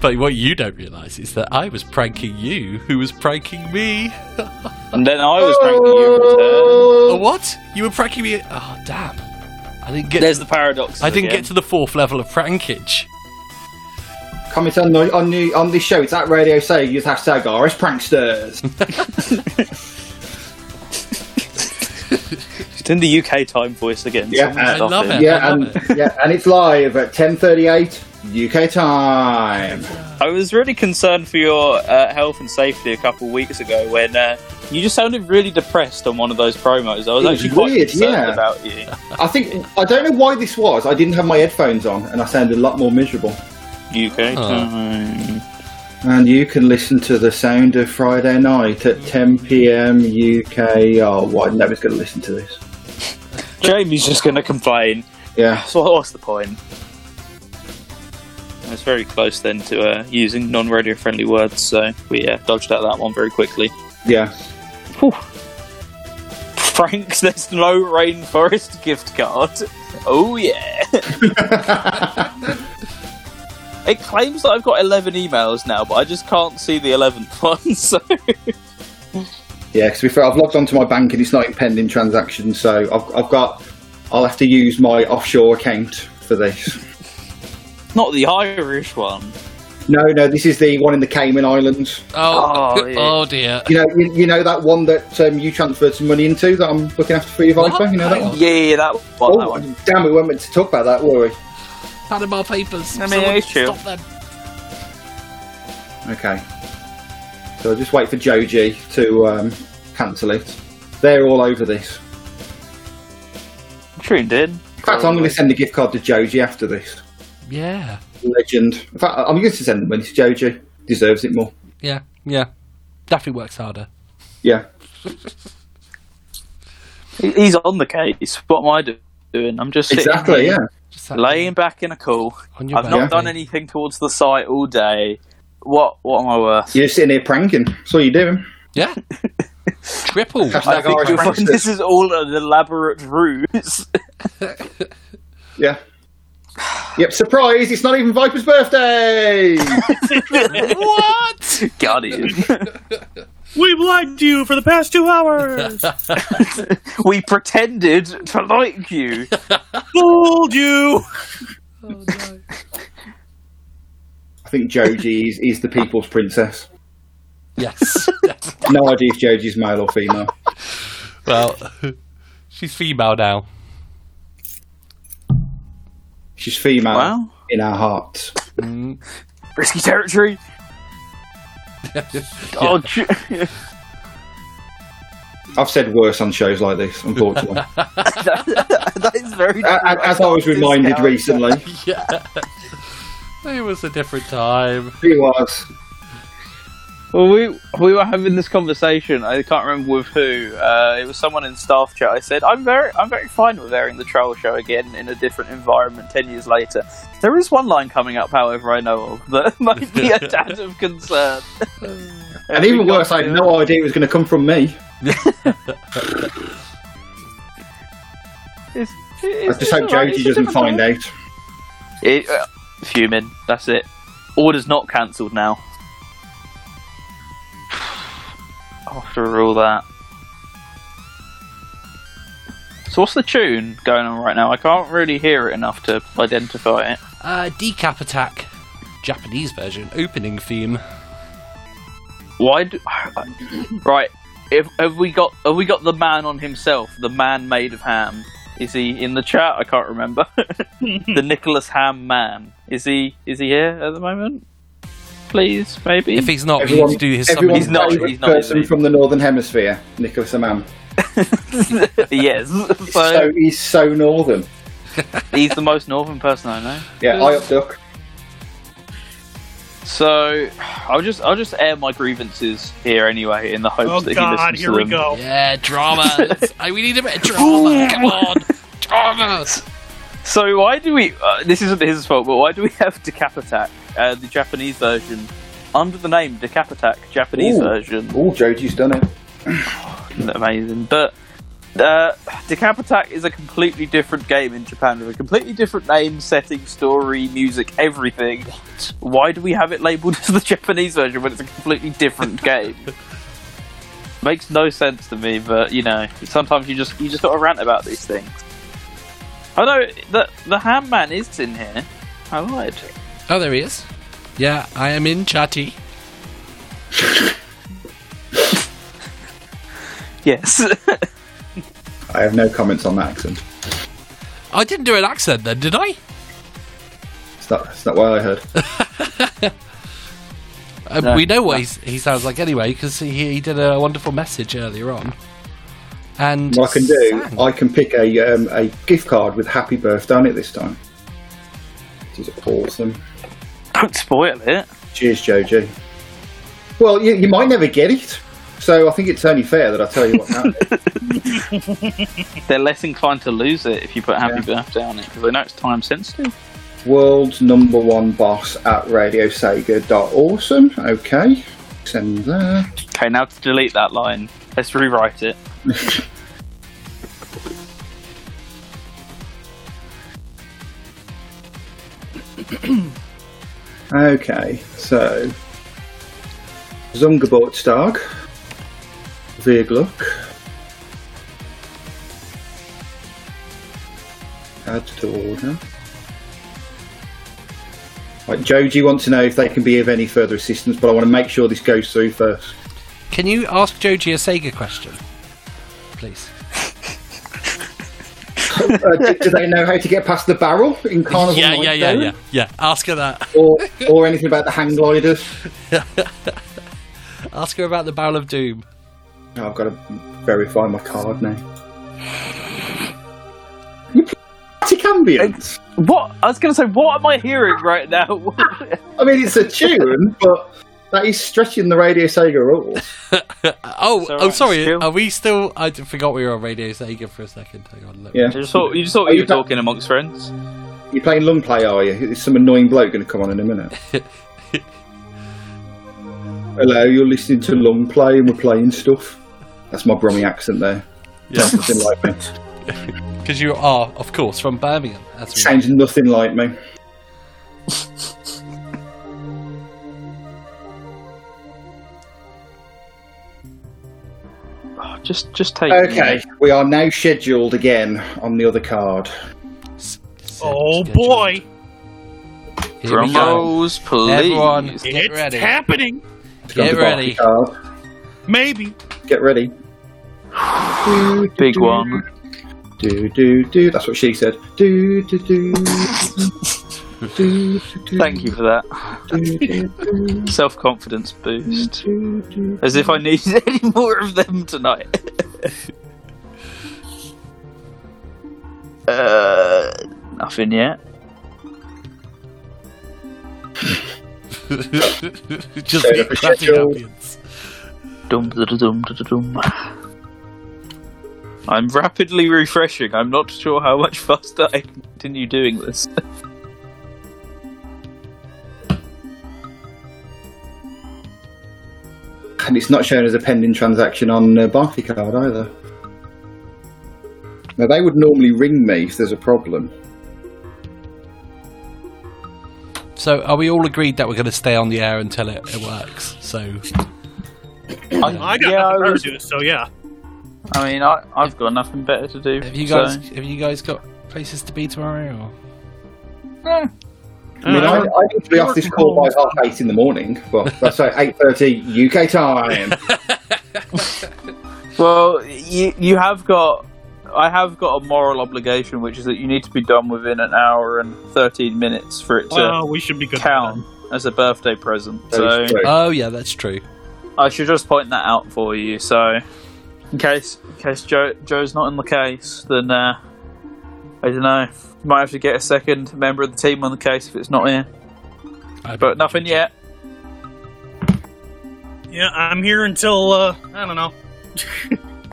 B: But what you don't realise is that I was pranking you, who was pranking me.
C: And then I was pranking you in return.
B: Oh, what? You were pranking me? Oh, damn! I didn't get.
C: There's the paradox.
B: I didn't get to the fourth level of prankage.
A: Comment Oh. on the, on the on this show. It's at Radio Say. Use hashtag RS Pranksters.
C: It's in the UK time voice again.
A: Yeah,
C: Someone
A: I
C: stop
B: love it.
A: yeah, and
B: love
A: yeah, and it's live at 10:38 UK time.
C: I was really concerned for your uh, health and safety a couple of weeks ago when uh, you just sounded really depressed on one of those promos. I was
A: It was
C: actually quite
A: weird,
C: concerned
A: yeah.
C: about you.
A: I think I don't know why this was. I didn't have my headphones on, and I sounded a lot more miserable.
C: UK time.
A: And you can listen to the sound of Friday night at 10 p.m. UK. Oh, why nobody's going to listen to this?
C: Jamie's just going to complain.
A: Yeah,
C: So what's the point? I was very close then to uh, using non-radio friendly words, so we uh, dodged out that one very quickly.
A: yeah.
C: Frank's there's no rainforest gift card. Oh yeah. it claims that I've got eleven emails now, but I just can't see the eleventh one. So
A: Yeah, because before I've logged onto my bank and it's not in pending transactions, so I've, I've got, I'll have to use my offshore account for this.
C: not the Irish one.
A: No, no, this is the one in the Cayman Islands.
B: Oh,
C: Oh, yeah.
B: oh dear.
A: You know, you, you know that one that um, you transferred some money into that I'm looking after for your
B: What?
A: Viper. You know that one.
C: Yeah, yeah, that one. that
A: Oh,
C: one.
A: damn! We weren't meant to talk about that, were we?
B: Panama Papers.
C: I mean,
B: Someone
C: it's true.
B: Stop them.
A: Okay. So I'll just wait for Joji to um, cancel it. They're all over this.
C: Tuned in.
A: In fact, I'm going to send a gift card to Joji after this.
B: Yeah.
A: Legend. In fact, I'm going to send the money to Joji. Deserves it more.
B: Yeah. Yeah. Daffy works harder.
A: Yeah.
C: He- He's on the case. What am I do- doing? I'm just sitting
A: Exactly.
C: here,
A: Yeah.
B: Just that-
C: laying back in a cool.
B: On your
C: I've not
B: back.
C: done anything towards the site all day. What what am I worth?
A: You're sitting here pranking. That's all you're doing.
B: Yeah. Triple.
C: I
A: Hashtag
C: think you'll
A: Irish
C: find this
A: pranksters.
C: is all an elaborate ruse.
A: Yeah. Yep. Surprise! It's not even Viper's birthday.
C: what? Got it.
D: We've lied to you for the past two hours.
C: we pretended to like you.
A: Uh-huh.
D: Fooled you.
A: I think Joji is, is the people's princess.
B: yes. yes.
A: No idea if Joji's male or female.
B: Well, she's female now.
A: She's female
C: Wow.
A: in our hearts.
C: Risky territory. Oh, ju-
A: I've said worse on shows like this, unfortunately.
C: that is very.
A: A- a- as I was reminded recently,
B: Yeah. It was a different time.
A: he was.
C: Well, we we were having this conversation. I can't remember with who. Uh, it was someone in staff chat. I said, "I'm very, I'm very fine with airing the trial show again in a different environment ten years later." There is one line coming up, however, I know of that might be a tad of concern.
A: And even worse, I had no idea it was going to come from me.
C: It's,
A: I just hope Joji doesn't find out.
C: It, uh, fuming. That's it. Order's not cancelled now. After all that. So what's the tune going on right now? I can't really hear it enough to identify it.
B: Uh, Decap Attack, Japanese version, opening theme.
C: Why? Do, right. If, have we got have we got the man on himself? The man made of ham. Is he in the chat? I can't remember. the Nicholas Ham man. Is he is he here at the moment? Please, maybe.
B: If he's not, we
A: Everyone,
B: need to do his
A: everyone's
B: summoning.
C: He's not-
A: favourite
C: he's not, is
A: person
C: he?
A: from the Northern Hemisphere, Nicholas Amam.
C: yes.
A: So,
C: So
A: he's so northern.
C: he's the most northern person I know.
A: Yeah, I up duck.
C: So I'll just I'll just air my grievances here anyway, in the hopes
D: Oh
C: that he
D: God,
C: listens
D: here
C: to
D: we
C: them.
D: go.
B: Yeah, drama. Let's- I- we need a bit of drama. Come on, drama.
C: So why do we? Uh, this isn't his fault, but why do we have Decap Attack, uh, the Japanese version, under the name Decap Attack Japanese
A: Ooh.
C: version?
A: Oh, Joji's done it.
C: Amazing, but uh, Decap Attack is a completely different game in Japan with a completely different name, setting, story, music, everything. Why do we have it labeled as the Japanese version when it's a completely different game? Makes no sense to me, but you know, sometimes you just you just gotta rant about these things. I know the the ham man is in here. I lied.
B: Oh, there he is. Yeah, I am in chatty.
C: Yes.
A: I have no comments on that accent.
B: I didn't do an accent then, did I?
A: It's not, it's not what I heard.
B: Uh,
C: No.
B: we know what he's, he sounds like anyway because he, he did a wonderful message earlier on. And
A: What I can do,
B: sang.
A: I can pick a um, a gift card with happy birthday on it this time. This is awesome.
C: Don't spoil it.
A: Cheers, Joji. Well, you, you might never get it. So I think it's only fair that I tell you what happened.
C: They're less inclined to lose it if you put Happy Birthday on it because they know it's time sensitive.
A: World number one boss at radiosega.awesome. Okay. Send there.
C: Okay, now to delete that line, let's rewrite it.
A: Okay, so Zungabortstag, Veergluck, add to order. Right, Joji wants to know if they can be of any further assistance, but I want to make sure this goes through first.
B: Can you ask Joji a Sega question, please?
A: uh, do, do they know how to get past the barrel in Carnival?
B: yeah,
A: Night
B: yeah, yeah,
A: Zone?
B: yeah, yeah. Ask her that.
A: Or, or anything about the hang gliders?
B: Ask her about the barrel of doom.
A: Oh, I've got to verify my card now. You plastic ambience.
C: What? I was going to say, what am I hearing right now?
A: I mean, it's a tune, but that is stretching the Radio Sega rules.
B: Oh,
C: It's all
B: oh,
C: right,
B: sorry.
C: still-
B: Are we still? I d- forgot we were on Radio Sega for a second. Hang on. Look.
A: Yeah,
C: you just thought you, just thought
A: Are
C: you
A: you
C: were
A: done?
C: talking amongst friends.
A: you're playing long play, are you? Is some annoying bloke going to come on in a minute? Hello, you're listening to long play, and we're playing stuff. That's my Brummy accent there. Sounds nothing like me.
B: Because you are, of course, from Birmingham. That's right.
A: Sounds nothing like me.
C: Oh, just, just take.
A: Okay, we are now scheduled again on the other card.
D: Oh boy,
B: Here we
C: Drum
B: go.
C: rolls, please.
B: Everyone, get
D: it's
B: ready.
D: happening.
B: Get ready.
A: Card.
D: Maybe.
A: Get ready.
C: Big one.
A: Do do do. That's what she said. Do do do. do, do, do
C: Thank you for that
A: Do, do, do,
C: self confidence boost.
A: do, do.
C: As if I needed any more of them tonight. uh, nothing yet.
B: Just
A: Set up a
B: clapping
A: schedule.
B: ambience.
C: Dum da da dum da da dum. I'm rapidly refreshing. I'm not sure how much faster I can continue doing this.
A: And it's not shown as a pending transaction on uh, Barclaycard either. Now they would normally ring me if there's a problem.
B: So, are we all agreed that we're going to stay on the air until it, it works? So,
D: I got
C: yeah, I,
D: nothing better
C: was,
D: to do, so yeah.
C: I mean, I, I've got nothing better to do.
B: have you
C: so-
B: guys have you guys got places to be tomorrow? Or?
A: I mean, I,
D: Uh,
A: I need to be off this call by half eight in the morning. Well, that's right, eight thirty UK time.
C: Well, you you have got. I have got a moral obligation, which is that you need to be done within an hour and thirteen minutes for it to
D: Well, we should be good. for
C: count as a birthday present. So
A: Very
D: Uh,
B: Oh yeah, that's true.
C: I should just point that out for you. So in case in case Joe Joe's not in the case, then uh, I don't know. Might have to get a second member of the team on the case if it's not here.
B: I-
C: But nothing yet.
D: that. Yeah, I'm here until uh, I don't know.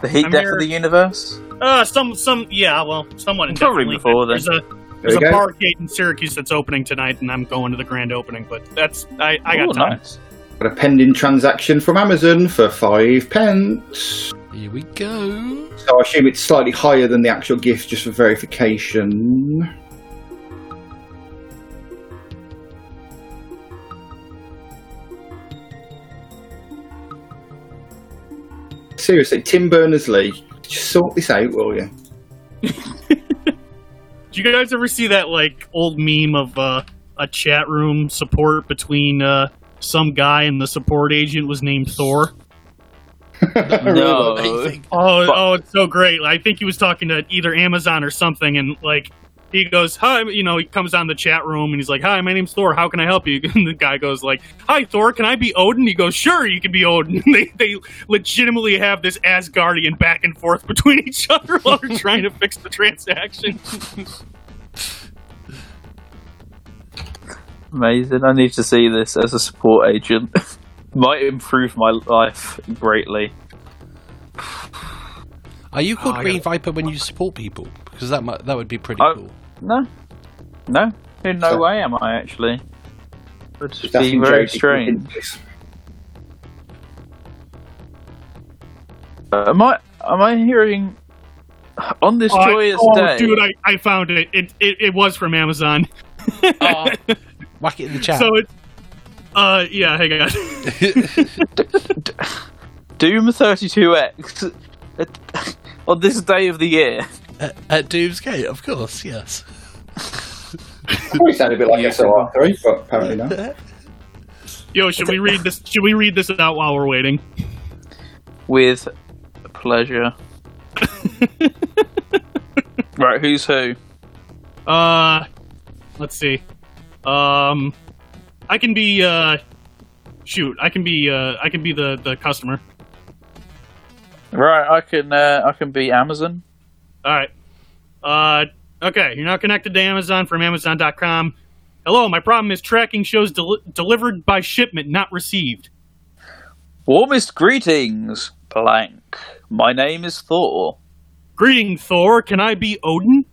C: The heat
D: I'm
C: death
D: here.
C: of the universe.
D: Uh, some some yeah. Well, someone
C: Probably before then.
D: There's a
A: There
D: there's
A: you go.
D: a barcade in Syracuse that's opening tonight, and I'm going to the grand opening. But that's I I got
C: Ooh,
D: time.
C: nice.
A: Got a pending transaction from Amazon for five pence.
B: Here we go.
A: So I assume it's slightly higher than the actual gift just for verification. Seriously, Tim Berners Lee, just sort this out, will you?
D: Do you guys ever see that like old meme of uh, a chat room support between uh, some guy and the support agent was named Thor?
C: No.
D: Oh,
C: Fu-
D: oh, it's so great. I think he was talking to either Amazon or something, and like he goes, "Hi," you know, he comes on the chat room and he's like, "Hi, my name's Thor. How can I help you?" And the guy goes like, "Hi, Thor. Can I be Odin?" He goes, "Sure, you can be Odin." they they legitimately have this Asgardian back and forth between each other while they're trying to fix the transaction.
C: Amazing. I need to see this as a support agent. might improve my life greatly.
B: Are you called
D: Oh, I
B: Green
D: got-
B: Viper when you support people? Because that might, that would be pretty
C: Oh.
B: cool.
C: No, no, in no
A: So-
C: way am I actually. Would
A: That's
C: be very
A: enjoyable.
C: strange. Uh, am I? Am I hearing on this
D: Oh, I-
C: joyous
D: oh,
C: day?
D: dude, I, I found it. It, it. it was from Amazon.
C: Oh,
B: Whack it in the chat.
D: So it's. Uh, yeah, hang on.
C: Doom 32X at- on this day of the year.
B: at, at Doomsgate, of course, yes.
A: I always sound a bit like SOR three, but apparently not.
D: Yo, should we read this? Should we read this out while we're waiting?
C: With pleasure. right, who's who?
D: Uh, let's see. Um, I can be. Uh, shoot, I can be. Uh, I can be the the customer.
C: Right, I can uh, I can be Amazon.
D: All right. Uh, okay, you're now connected to Amazon from Amazon.com. Hello, my problem is tracking shows del- delivered by shipment, not received.
C: Warmest greetings, blank. My name is Thor.
D: Greeting, Thor. Can I be Odin?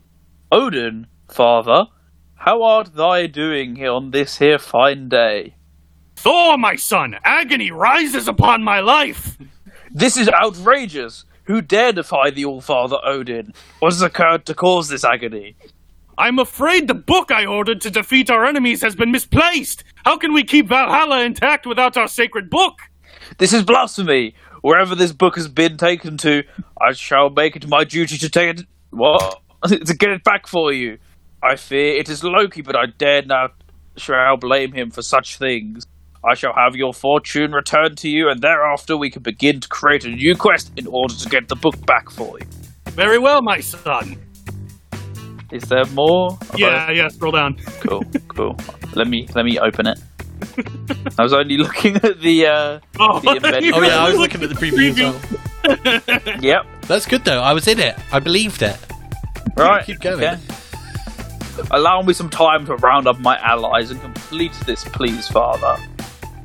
C: Odin, father, how art thy doing here on this here fine day?
D: Thor, my son, agony rises upon my life.
C: This is outrageous! Who dare defy the All-Father Odin? What has occurred to cause this agony?
D: I'm afraid the book I ordered to defeat our enemies has been misplaced. How can we keep Valhalla intact without our sacred book?
C: This is blasphemy! Wherever this book has been taken to, I shall make it my duty to take it. What? to get it back for you. I fear it is Loki, but I dare not shall blame him for such things. I shall have your fortune returned to you, and thereafter we can begin to create a new quest in order to get the book back for you.
D: Very well, my son.
C: Is there more? Have I-
D: Yeah, yeah, scroll down.
C: Cool, cool. Let me let me open it. I was only looking at the. uh
D: Oh,
C: The embed-
D: you
B: Oh yeah, I was
D: really
B: looking at
D: looked
B: the preview as well.
C: Yep.
B: That's good though. I was in it. I believed it.
C: Right.
B: Keep going.
C: okay. Allow me some time to round up my allies and complete this, please, Father.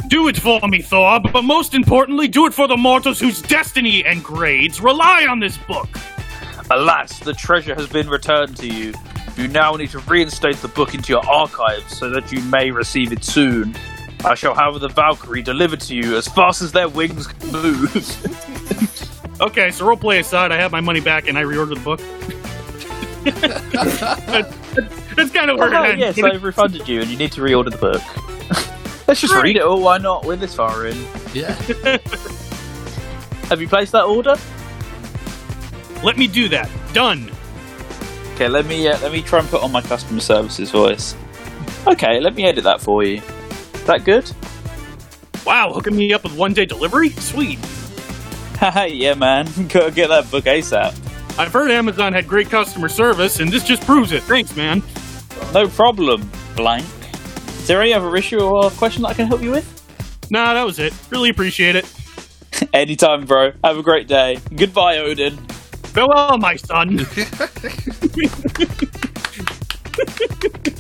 D: Do it for me, Thor, but most importantly, do it for the mortals whose destiny and grades rely on this book.
C: Alas, the treasure has been returned to you. You now need to reinstate the book into your archives so that you may receive it soon. I shall have the Valkyrie delivered to you as fast as their wings can move.
D: Okay, so roleplay aside, I have my money back and I reordered the book. that's, that's kind of where
C: Although,
D: it ends.
C: Oh, yes,
D: but it-
C: I've refunded you and you need to reorder the book. Let's just
D: Great.
C: read it all, why not? We're this far in.
B: Yeah.
C: Have you placed that order?
D: Let me do that. Done.
C: Okay, let me uh, let me try and put on my customer services voice. Okay, let me edit that for you. That good?
D: Wow, hooking me up with one day delivery? Sweet.
C: Haha, yeah, man. Go get that book ASAP.
D: I've heard Amazon had great customer service, and this just proves it. Thanks, man.
C: No problem. Blank. Is there any other issue or question that I can help you with?
D: Nah, that was it. Really appreciate it.
C: Anytime, bro. Have a great day. Goodbye, Odin.
D: Farewell, my son.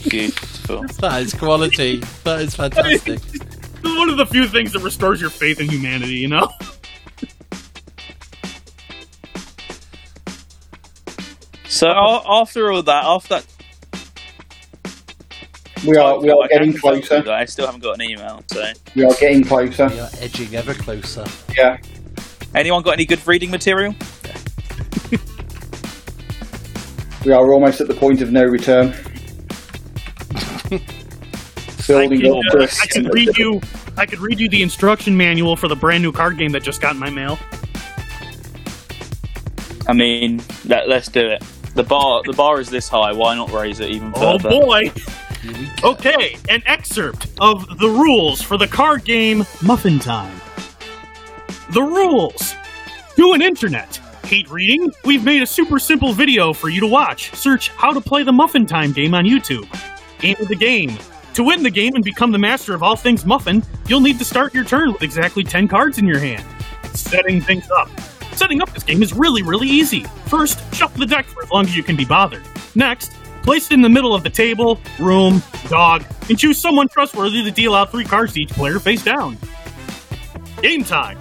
C: Beautiful.
B: That is quality. That is fantastic.
D: one of the few things that restores your faith in humanity, you know?
C: So a- after all that, after that,
A: We are we
C: Oh,
A: are
C: I can
A: getting
C: confirm
A: closer.
C: that I still haven't got an email. So,
A: We are getting closer.
B: We are edging ever closer.
A: Yeah.
C: anyone got any good reading material?
A: We are almost at the point of no return. Building
D: I can,
A: up
D: uh,
A: to a
D: I can read you. I could read you the instruction manual for the brand new card game that just got in my mail.
C: I mean, let, let's do it. The bar, the bar is this high. Why not raise it even
D: Oh
C: further?
D: boy!
B: Here we go.
D: Okay, an excerpt of the rules for the card game Muffin Time. The rules to an internet. Hate reading? We've made a super simple video for you to watch. Search How to Play the Muffin Time game on YouTube. Game of the game. To win the game and become the master of all things muffin, you'll need to start your turn with exactly 10 cards in your hand. Setting things up. Setting up this game is really, really easy. First, shuffle the deck for as long as you can be bothered. Next, place it in the middle of the table, room, dog, and choose someone trustworthy to deal out three cards to each player face down. Game time.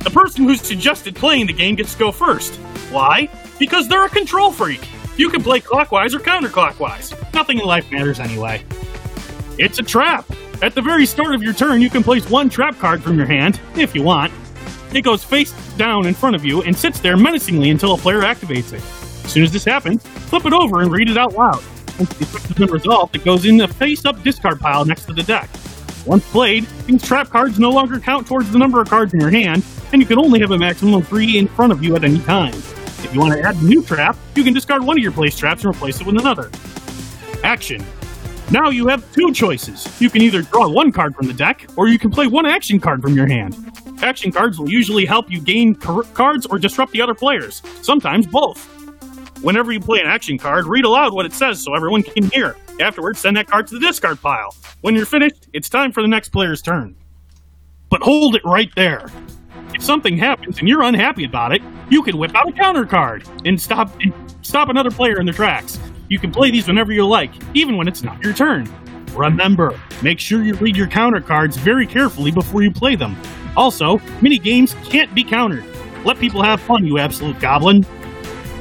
D: The person who suggested playing the game gets to go first. Why? Because they're a control freak. You can play clockwise or counterclockwise. Nothing in life matters anyway. It's a trap. At the very start of your turn, you can place one trap card from your hand, if you want. It goes face down in front of you and sits there menacingly until a player activates it. As soon as this happens, flip it over and read it out loud. Once the effect has been resolved, it goes in the face up discard pile next to the deck. Once played, these trap cards no longer count towards the number of cards in your hand, and you can only have a maximum of three in front of you at any time. If you want to add a new trap, you can discard one of your placed traps and replace it with another. Action. Now you have two choices. You can either draw one card from the deck, or you can play one action card from your hand. Action cards will usually help you gain car- cards or disrupt the other players, sometimes both. Whenever you play an action card, read aloud what it says so everyone can hear. Afterwards, send that card to the discard pile. When you're finished, it's time for the next player's turn. But hold it right there. If something happens and you're unhappy about it, you can whip out a counter card and stop and stop another player in their tracks. You can play these whenever you like, even when it's not your turn. Remember, make sure you read your counter cards very carefully before you play them. Also, mini games can't be countered. Let people have fun, you absolute goblin.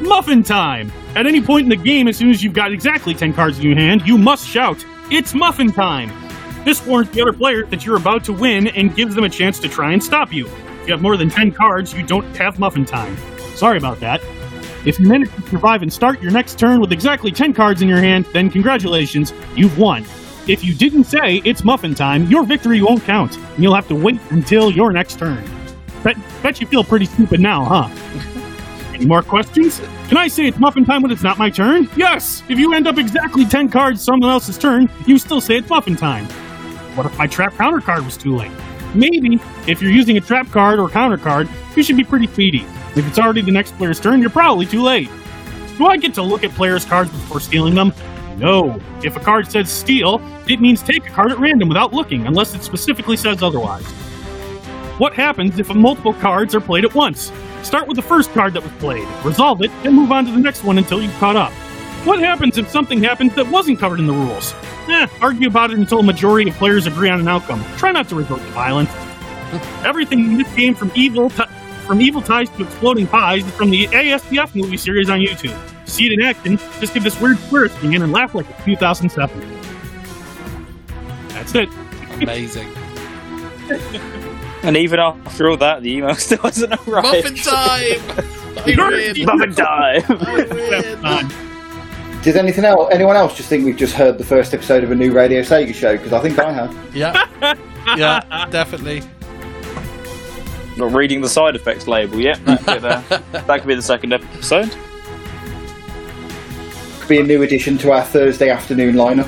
D: Muffin time! At any point in the game, as soon as you've got exactly 10 cards in your hand, you must shout, It's muffin time! This warns the other player that you're about to win and gives them a chance to try and stop you. If you have more than 10 cards, you don't have muffin time. Sorry about that. If you manage to survive and start your next turn with exactly 10 cards in your hand, then congratulations, you've won. If you didn't say it's muffin time, your victory won't count, and you'll have to wait until your next turn. Bet, bet you feel pretty stupid now, huh? Any more questions? Can I say it's muffin time when it's not my turn? Yes! If you end up exactly 10 cards someone else's turn, you still say it's muffin time. What if my trap counter card was too late? Maybe, if you're using a trap card or counter card, you should be pretty speedy. If it's already the next player's turn, you're probably too late. Do I get to look at players' cards before stealing them? No. If a card says steal, it means take a card at random without looking, unless it specifically says otherwise. What happens if multiple cards are played at once? Start with the first card that was played, resolve it, and move on to the next one until you've caught up. What happens if something happens that wasn't covered in the rules? Eh, argue about it until a majority of players agree on an outcome. Try not to resort to violence. Everything in this game from evil t- from evil ties to exploding pies is from the ASDF movie series on YouTube. To see it in action, just give this weird square thing in and laugh like it's 2007. That's it.
B: Amazing.
C: And even after all that, the email still hasn't
E: Muffin
C: arrived.
E: time! I
D: You're-
E: win.
C: Muffin time.
E: I win.
D: Um,
A: Did anything else, anyone else just think we've just heard the first episode of a new Radio Sega show? Because I think I have.
B: Yeah. yeah, definitely.
C: Not reading the side effects label yet. That could, uh, that could be the second episode.
A: Could be a new addition to our Thursday afternoon lineup.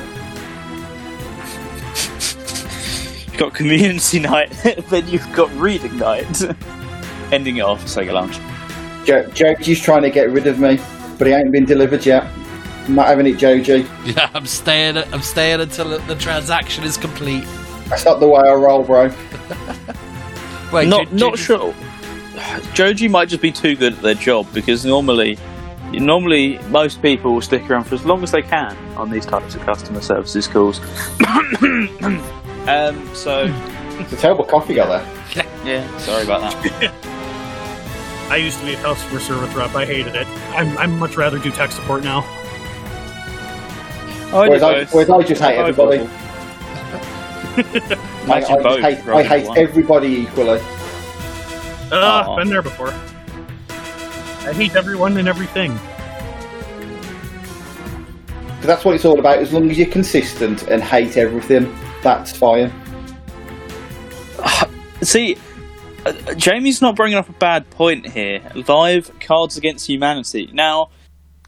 C: You've got community night, then you've got reading night. Ending it off, Sega Lounge.
A: Jo- Joji's trying to get rid of me, but he ain't been delivered yet. I'm not having it, Joji.
B: Yeah, I'm staying. I'm staying until the transaction is complete.
A: That's not the way I roll, bro.
B: Wait,
C: not
B: do- do-
C: not
B: do-
C: sure. Joji might just be too good at their job because normally, normally most people will stick around for as long as they can on these types of customer services calls. um, so
A: It's a terrible coffee got there.
C: yeah, sorry about that.
D: I used to be a customer service rep. I hated it. I'm, I'm much rather do tech support now.
C: I
A: Whereas I, whereas I just hate everybody. I, I,
C: Imagine
A: just
C: both
A: hate, I
C: rather than
A: hate
C: one.
A: everybody equally.
D: Uh,
C: Aw.
D: been there before. I hate everyone and everything.
A: Because that's what it's all about. As long as you're consistent and hate everything, that's fine.
C: See, uh, uh, Jamie's not bringing up a bad point here. Live Cards Against Humanity. Now,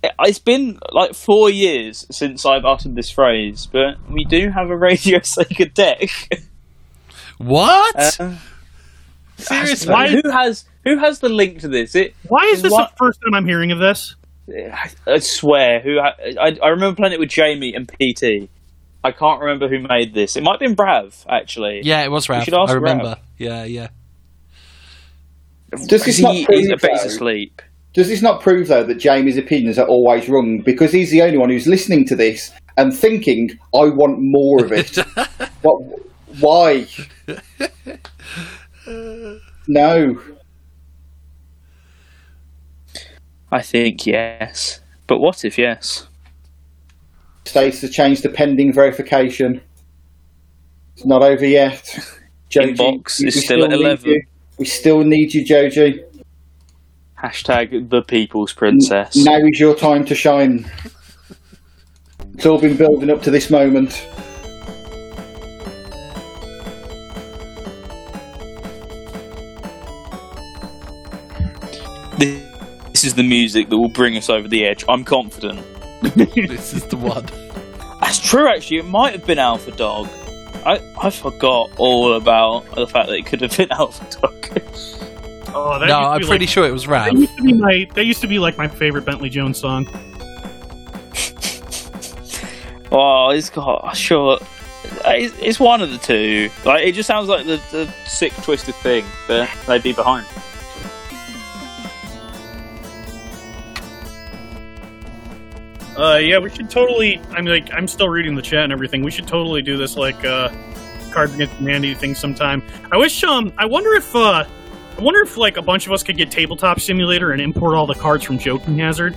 C: it- it's been like four years since I've uttered this phrase, but we do have a Radio Sega deck.
B: What?
C: Uh,
B: Seriously?
D: Why-
C: who has who has the link to this? It,
D: Why is this
C: What-
D: the first time I'm hearing of this?
C: I, I swear, who ha- I, I remember playing it with Jamie and PT. I can't remember who made this. It might have been Brav, actually.
B: Yeah, it was Ralph.
C: should ask
B: I remember.
C: Ralph.
B: Yeah, yeah.
A: Does this not
C: he
A: prove
C: is a bit
A: though-
C: asleep.
A: Does this not prove, though, that Jamie's opinions are always wrong? Because he's the only one who's listening to this and thinking, I want more of it. what, why? No.
C: I think yes. But what if yes?
A: States to change the pending verification. It's not over yet. Joji,
C: Inbox
A: we
C: is still at
A: need
C: 11.
A: you. We still need you, Joji.
C: Hashtag the people's princess.
A: Now is your time to shine. It's all been building up to this moment.
C: This this is the music that will bring us over the edge. I'm confident.
B: this is the one.
C: That's true, actually. It might have been Alpha Dog. I, I forgot all about the fact that it could have been Alpha Dog.
D: Oh,
B: no,
D: that used to
B: I'm
D: be,
B: pretty
D: like,
B: sure it was
D: That
B: Ram.
D: used to be my. That used to be like my favorite Bentley Jones song.
C: oh, it's got sure. Uh, It's, it's one of the two. Like it just sounds like the, the sick, twisted thing that they'd be behind.
D: Uh, yeah, we should totally. I'm like, I'm still reading the chat and everything. We should totally do this like uh, Cards Against Humanity thing sometime. I wish. Um, I wonder if. Uh, I wonder if like a bunch of us could get Tabletop Simulator and import all the cards from Joking Hazard.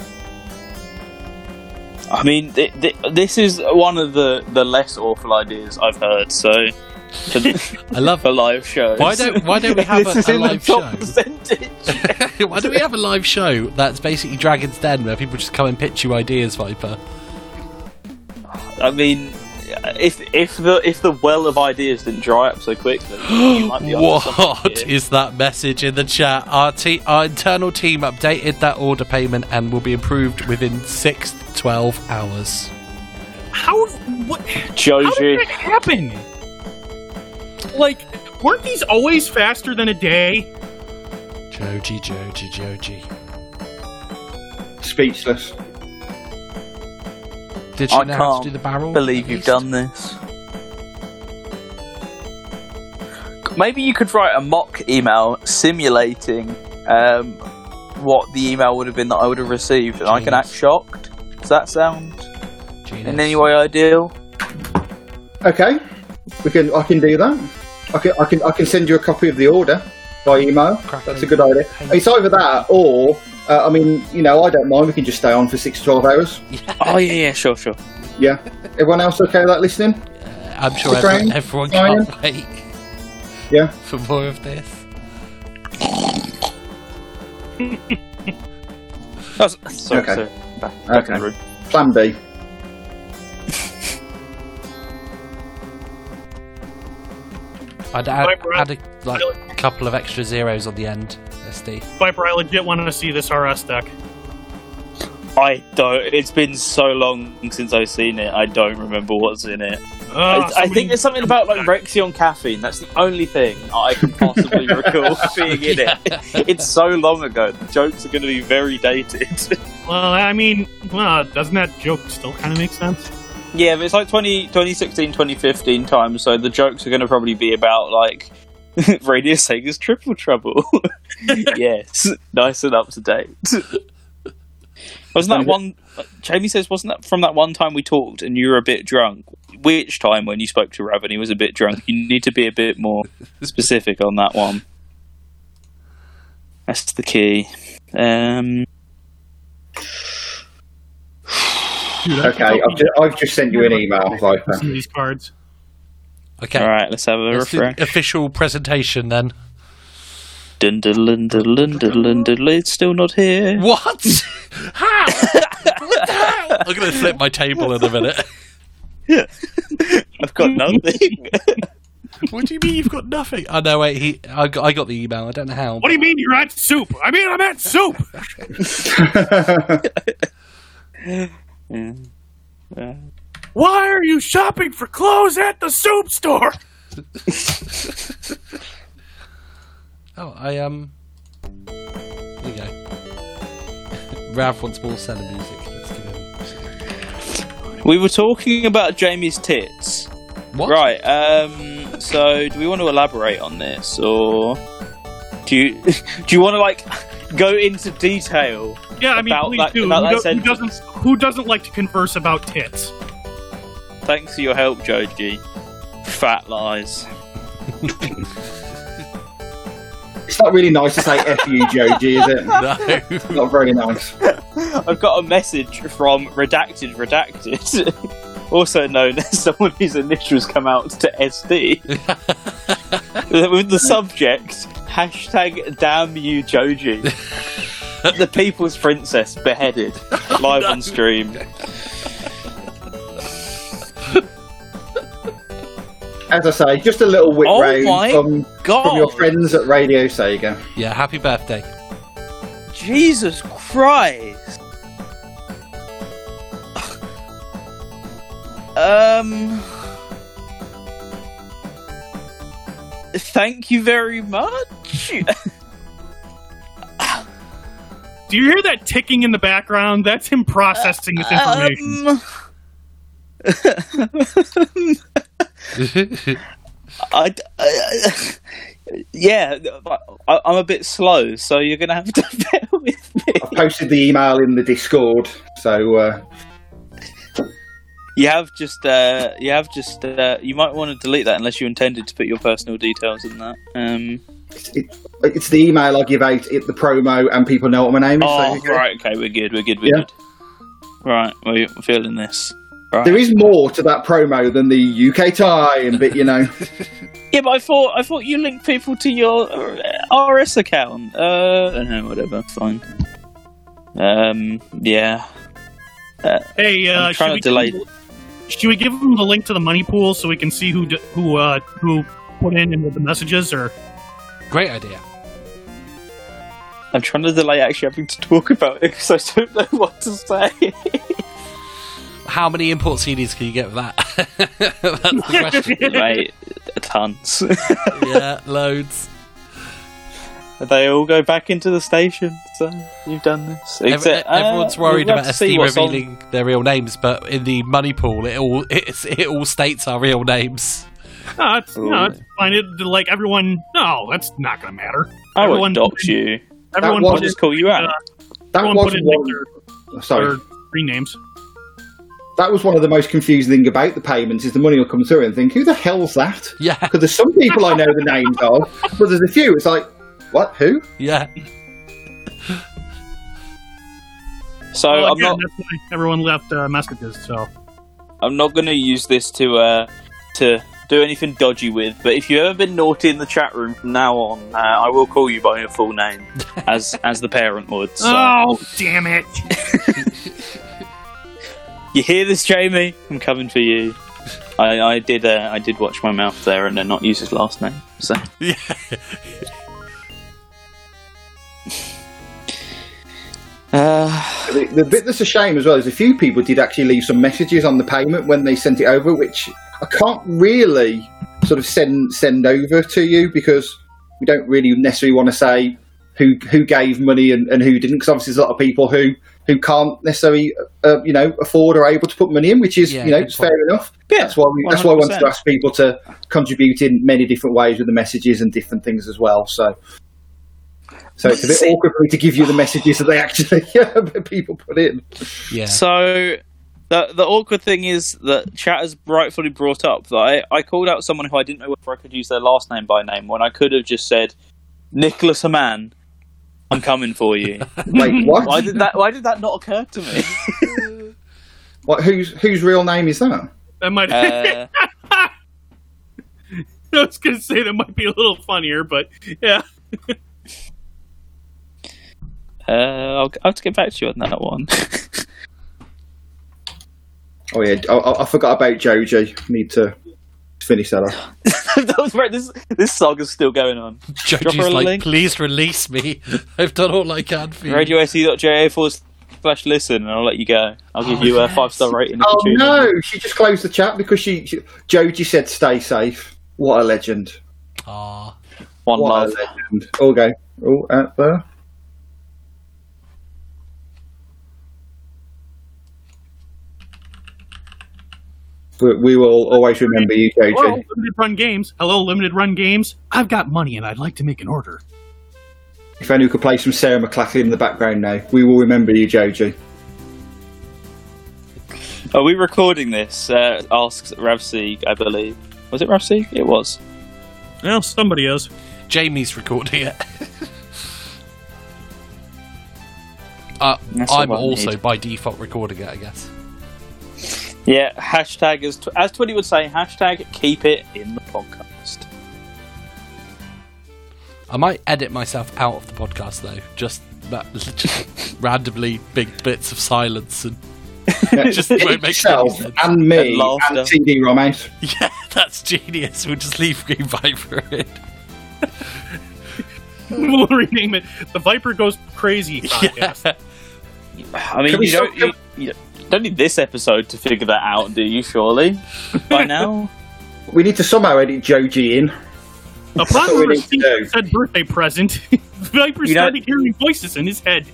C: I mean, th- th- this is one of the, the less awful ideas I've heard. So for, the,
B: I love.
C: for live shows,
B: Why don't Why don't we have
C: this
B: a,
C: is
B: a
C: in
B: live
C: the top
B: show?
C: percentage?
B: Why don't we have a live show that's basically Dragon's Den, where people just come and pitch you ideas, Viper?
C: I mean, if if the if the well of ideas didn't dry up so quickly, you might be onto
B: What
C: something here.
B: is that message in the chat? Our, te- our internal team updated that order payment and will be improved within six to twelve hours.
D: How? What? How
C: Joji?
D: did that happen? Like, weren't these always faster than a day?
B: Joji, Joji, Joji.
A: Speechless.
B: Did you
C: I
B: know how to
C: can't
B: do the barrel?
C: believe
B: at
C: you've
B: least?
C: done this. Maybe you could write a mock email simulating um, what the email would have been that I would have received, and I can act
B: Genius.
C: shocked. Does that sound
B: Genius.
C: in any way ideal?
A: Okay. We can. I can do that. I can. I can. I can send you a copy of the order by email.
B: Crack
A: That's a
B: open
A: good idea.
B: the paper.
A: It's either that or. Uh, I mean, you know, I don't mind. We can just stay on for six, twelve hours.
C: Oh yeah, yeah, sure, sure.
A: Yeah. Everyone else okay with that listening?
B: I'm sure
A: Brian?
B: everyone, everyone can't wait
A: Yeah.
B: for more of this.
C: Oh, s- sorry,
A: Okay.
C: sorry. Back, back in
A: Okay.
C: the room.
A: Plan B.
B: I'd add,
D: Viper, I-
B: add a like, couple of extra zeros on the end, SD.
D: Viper, I legit want to see this RS deck.
C: I don't. It's been so long since I've seen it. I don't remember what's in it. I, I
D: Ugh, Ah, somebody-
C: think there's something about like Rexion caffeine. That's the only thing I can possibly recall being in it. It's so long ago. The jokes are going to be very dated.
D: Well, I mean, well, doesn't that joke still kind of make sense?
C: yeah, but it's like 20, 2016, 2015 time, so the jokes are going to probably be about like Radio Sega's Triple Trouble. yes, nice and up to date. Wasn't that one? Jamie says, wasn't that from that one time we talked and you were a bit drunk? Which time when you spoke to Rav and he was a bit drunk? You need to be a bit more specific on that one. That's the key. Um,
A: Okay. I've just, I've just sent you an email, Viper.
D: Some of these cards.
B: Okay.
C: All right, let's have a
B: Let's do the
C: refresh.
B: official presentation then.
C: Dun, dun, dun, dun, dun, dun, dun, dun, it's still not here.
B: What? How? what the hell? I'm going to flip my table in a minute.
C: I've got nothing.
B: what do you mean you've got nothing? Oh, no, wait. He, I, got, I got the email. I don't know how.
D: What do you mean you're at soup? I mean, I'm at soup. Why are you shopping for clothes at the soup store?
B: Oh, I, um. There you go. Rav wants more Senna music. Let's give him.
C: we were talking about Jamie's tits.
B: What?
C: Right, um, so do we want to elaborate on this or do you do you want to like go into detail?
D: Yeah, I mean,
C: About
D: please
C: that-
D: do.
C: about
D: Who,
C: that
D: do- who
C: sentence.
D: doesn't? Who doesn't like to converse about tits?
C: Thanks for your help, Joji. Fat lies.
A: It's not really nice to say F you, Joji, is it?
B: No.
A: Not very nice.
C: I've got a message from Redacted Redacted, also known as someone whose initials come out to SD, with the subject hashtag damn you Joji. the people's princess beheaded live on stream.
A: As I say, just a little whip
C: Oh my
A: round from,
C: God.
A: from your friends at Radio Sega.
B: Yeah, happy birthday.
C: Jesus Christ. Um. Thank you very much.
D: Do you hear that ticking in the background? That's him processing this information.
C: Um, I, I- yeah, I, I'm a bit slow, so you're gonna have to bear with me.
A: I've posted the email in the Discord, so uh,
C: You have just, uh, you have just, uh, you might want to delete that unless you intended to put your personal details in that. Um,
A: it, it's the email I give out at the promo, and people know what my name is. so
C: Oh,
A: you go.
C: right. Okay, we're good. We're good. We're
A: Yeah.
C: good. Right, we're feeling this. Right.
A: There is more to that promo than the UK time, but you know,
C: yeah, but I thought I thought you linked people to your uh, RS account. Uh, no, whatever. Fine. Um. Yeah.
D: Hey, uh,
C: I'm
D: should,
C: trying
D: we
C: to
D: give
C: delay.
D: him, should we give him the link to the money pool so we can see who d- who uh, who put in and the messages? Or
B: Great idea.
C: I'm trying to delay actually having to talk about it because I don't know what to say.
B: How many import CDs can you get with that? That's the question.
C: right. Tons.
B: yeah, loads.
C: they all go back into the station. So you've done this.
B: Ev-
C: Except, uh,
B: everyone's worried
C: we'll have
B: about
C: to see
B: SD
C: what's on-
B: revealing their real names, but in the money pool, it all it's, it all states our real names.
D: no, it's, no,
C: Ooh.
D: it's fine. It, like everyone, no, that's not gonna matter.
C: I
D: everyone-
C: won't dox you.
D: Everyone
A: was-
C: I'll
D: put in,
C: just call you out.
D: Uh,
A: that
D: everyone
A: was
D: put in
A: one. Oh, Sorry,
D: their, their screen names.
A: that was one of the most confusing thing about the payments is the money will come through and think, who the hell's that?
B: Yeah,
A: Because there's some people I know the names of, but there's a few. It's like, what? Who?
B: yeah. Oh
C: So
D: Well,
C: Oh, I'm
D: again,
C: not.
D: that's why everyone left uh, messages. So
C: I'm not going to use this to uh, to do anything dodgy with, but if you've ever been naughty in the chat room from now on, uh, I will call you by your full name, as as the parent would. So.
D: oh damn it!
C: You hear this, Jamie? I'm coming for you. I, I did uh, I did watch my mouth there and uh, not use his last name. So
B: Yeah.
C: uh,
A: The, the bit that's a shame as well is a few people did actually leave some messages on the payment when they sent it over, which I can't really sort of send send over to you because we don't really necessarily want to say who who gave money and, and who didn't, because obviously there's a lot of people who who can't necessarily uh, you know afford or able to put money in, which is
B: Yeah,
A: you know
B: good
A: it's
B: point.
A: fair enough.
C: Yeah,
A: that's why we, that's why I wanted to
C: 100%.
A: ask people to contribute in many different ways with the messages and different things as well. So. So it's a bit
C: See-
A: awkward for me to give you the messages that they actually people put in.
B: Yeah.
C: so the the awkward thing is that chat has rightfully brought up that I, I called out someone who I didn't know whether I could use their last name by name when I could have just said Nicholas Aman. I'm coming for you.
A: Wait, what?
C: Why did that? Why did that not occur to me?
A: what? Whose whose real name is that?
D: That might.
C: Uh,
D: I was gonna say that might be a little funnier, but yeah.
C: uh, I'll, I'll have to get back to you on that one.
A: Oh yeah, I- I, I forgot about Joji. Need to finish that off.
C: That was right, this this saga's still going on. Drop her
B: Judge's
C: a
B: like,
C: link.
B: please release me. I've done all I can for you.
C: E RadioSE.ja forward slash listen, and I'll let you go. I'll give
B: Oh,
C: you a
B: yes.
C: five star rating. if
A: Oh
C: you choose.
A: no, she just closed the chat because she, she Joji said, "Stay safe." What a legend!
B: Aw.
C: One
A: What
C: love.
A: a legend! Okay, oh out there. We, we will always remember you, Joji.
D: Hello, limited run games. Hello, limited run games. I've got money and I'd like to make an order.
A: If anyone could play some Sarah McLachlan in the background now, we will remember you, Joji.
C: Are we recording this? Uh, asks Ravsig, I believe. Was it Ravsig? It was.
D: Well, somebody is.
B: Jamie's recording it. uh,
C: That's
B: I'm
C: what I
B: also
C: need.
B: by default recording it, I guess.
C: Yeah, hashtag as tw- as Twitty would say, hashtag keep it in the podcast.
B: I might edit myself out of the podcast though, just that just randomly big bits of silence and just won't make
A: Yourself
B: sense.
A: and me
C: And laughter.
A: and, CD ROM out.
B: Yeah, that's genius. We'll just leave Green Viper in.
D: we'll rename it the Viper Goes Crazy
C: I
D: podcast.
C: mean,
A: Can we
C: you don't,
A: stop-
C: you, you don't need this episode to figure that out, do you? Surely by now.
A: We need to somehow edit Joji in.
D: Upon
A: what we need to
D: receipt
A: do.
D: of said birthday present, Viper
C: You know-
D: started hearing voices in his head.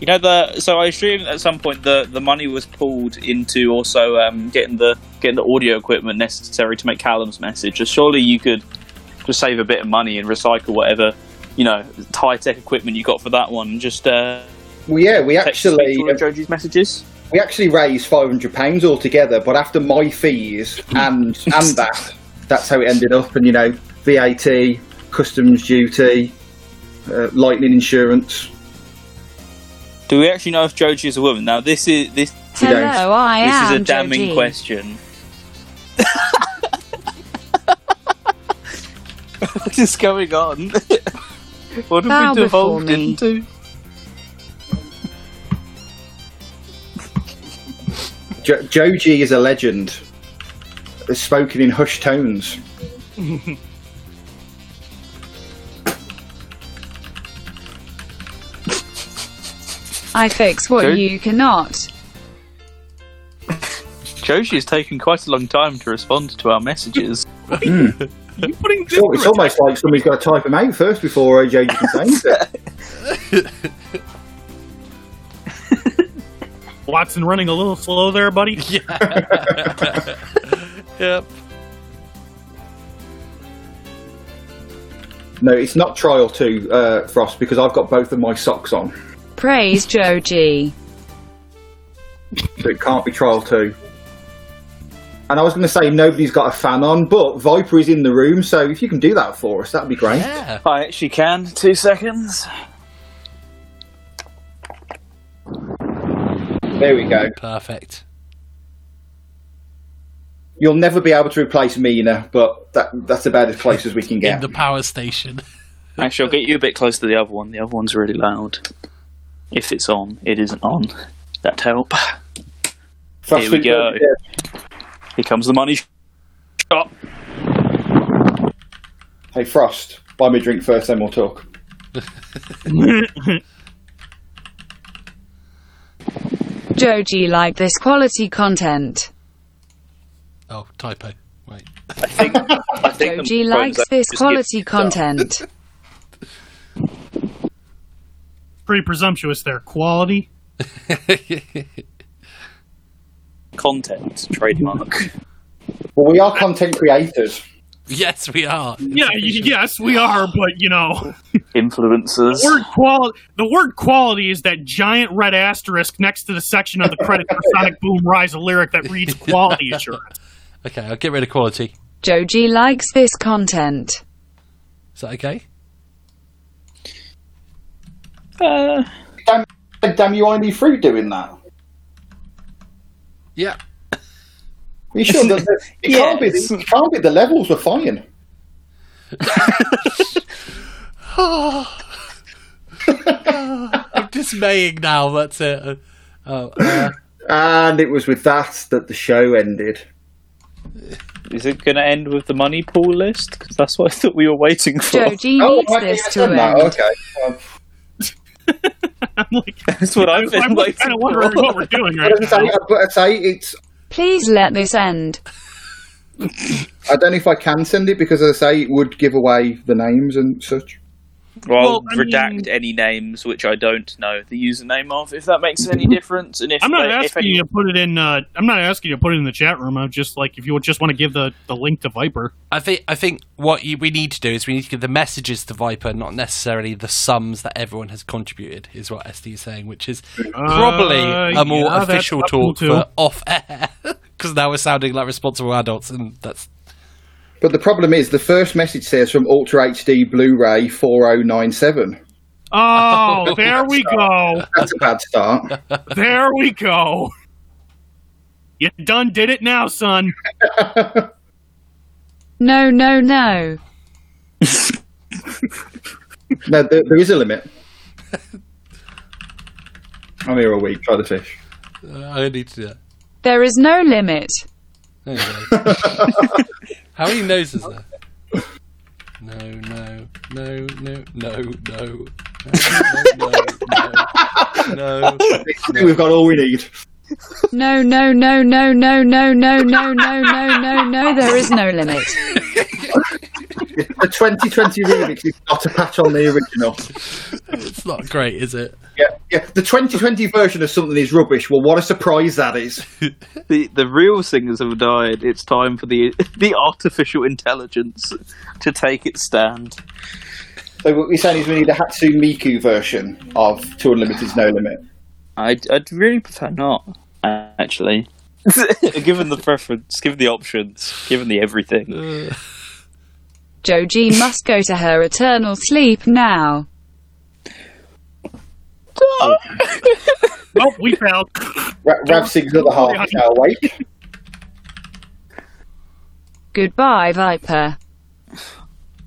C: You know the so I assume at some point the, the money was pulled into also um, getting the getting the audio equipment necessary to make Callum's message. So surely you could just save a bit of money and recycle whatever you know high tech equipment you got for that one. and Just uh,
A: Well, yeah, we
C: text through
A: actually um,
C: all of Joji's messages.
A: we actually raised five hundred pounds altogether, but after my fees and and that, that's how it ended up. And you know, VAT, customs duty, uh, lightning insurance.
C: Do we actually know if Joji is a woman? Now this is this
A: You don't.
F: Hello, I
C: this
F: am
C: is a damning
F: Georgie.
C: question. what is going on? what
F: Bow
C: have we
F: before
C: devolved
F: me.
C: into?
A: Jo- Joji is a legend, spoken in hushed tones.
F: I fix what
C: Go.
F: you cannot.
C: Joshi has taken quite a long time to respond to our messages.
D: Are you putting this
A: So it's
D: through a
A: almost like somebody's got to type them out first before uh, Joji can say anything.
D: Watson running a little slow there, buddy.
B: Yeah. yep.
A: No, it's not trial two, uh, Frost, because I've got both of my socks on,
F: Praise Joji.
A: so it can't be trial two. And I was going to say nobody's got a fan on, but Viper is in the room, so if you can do that for us, that'd be great.
B: Yeah.
C: I actually can. Two seconds.
A: There we go.
B: Perfect.
A: You'll never be able to replace Mina, but that that's about as close as we can
B: In
A: get.
B: the power station.
C: Actually, I'll get you a bit close to the other one. The other one's really loud. If it's on, it isn't on. That help.
A: Frost,
C: Here we go.
A: yeah.
C: Here comes the money shot.
A: Hey, Frost, buy me a drink first, then we'll talk.
F: Joji like this quality content.
B: Oh, typo. Wait.
C: I think. I think the microphone's
F: Joji likes
C: actually
F: this
C: just
F: quality
C: giving us
F: content.
D: Pretty presumptuous there. Quality.
C: Content trademark.
A: Well, we are content creators.
B: yes, we are.
D: Yeah, y- yes, we are, but you know,
C: Influencers.
D: word quality. The word quality is that giant red asterisk next to the section of the credit for Sonic Boom Rise, a lyric that reads "quality assurance."
B: Okay, I'll get rid of quality.
F: Joji likes this content.
B: Is that okay?
C: Uh,
A: Damn, damn you, I need fruit doing that.
B: Yeah.
A: Are you sure that that- it, can't be
C: Yes.
A: the, it can't be the levels were fine.
B: I'm dismaying now. That's it. Uh, Oh, uh,
A: And it was with that that the show ended.
C: is it going to end with the money pool list? Because that's what I thought we were waiting for.
F: Joji needs
A: Oh, I
F: this
A: didn't done
F: to
A: that.
F: end.
A: Okay. Um,
D: I'm like,
C: That's what I've been
D: I'm
C: waiting
D: kind of wondering
C: for.
D: what we're doing right
A: but I'd
D: now.
A: say, but I'd say it's.
F: Please let this end.
A: I don't know if I can send it because, as I say, it would give away the names and such.
C: Well,
D: Well, I
C: redact
D: mean-
C: any names which I don't know the username of, if that makes any difference. And if
D: I'm not
C: uh, if
D: asking
C: any-
D: you to put it in. Uh, I'm not asking you to put it in the chat room. I'm just like, if you would just want to give the, the link to Viper,
B: I think I think what you, we need to do is we need to give the messages to Viper, not necessarily the sums that everyone has contributed. Is what SD is saying, which is probably
D: Uh,
B: a more
D: yeah, that's
B: official
D: possible
B: talk
D: too.
B: for off air because now we're sounding like responsible adults, and that's
A: But the problem is, the first message says from Ultra HD Blu-ray 4097.
D: Oh, there we go.
A: That's a bad start.
D: There we go. You done did it now, son.
F: No, no, no.
A: No, there, there is a limit. I'm here all week. Try the fish.
B: Uh, I need to do that.
F: There is no limit.
B: There you go. How many no's is there? No, no, no, no, no, no, no, no, no, no.
A: I think we've got all we need.
F: No, no, no, no, no, no, no, no, no, no, no, no. There is no limit.
A: The 2020 remix is not a patch on the original.
B: It's not great, is it?
A: Yeah, yeah. The 2020 version of something is rubbish. Well, what a surprise that is.
C: The the real singers have died. It's time for the the artificial intelligence to take its stand.
A: So what we're saying is we need a Hatsune Miku version of Tour Unlimited's No Limit.
C: I'd, I'd really prefer not, uh, actually. given the preference, given the options, given the everything.
B: Uh,
F: Joji must go to her eternal sleep now.
D: Nope, we failed.
A: Ra- Rav Sig's other half is now awake.
F: Goodbye, Viper.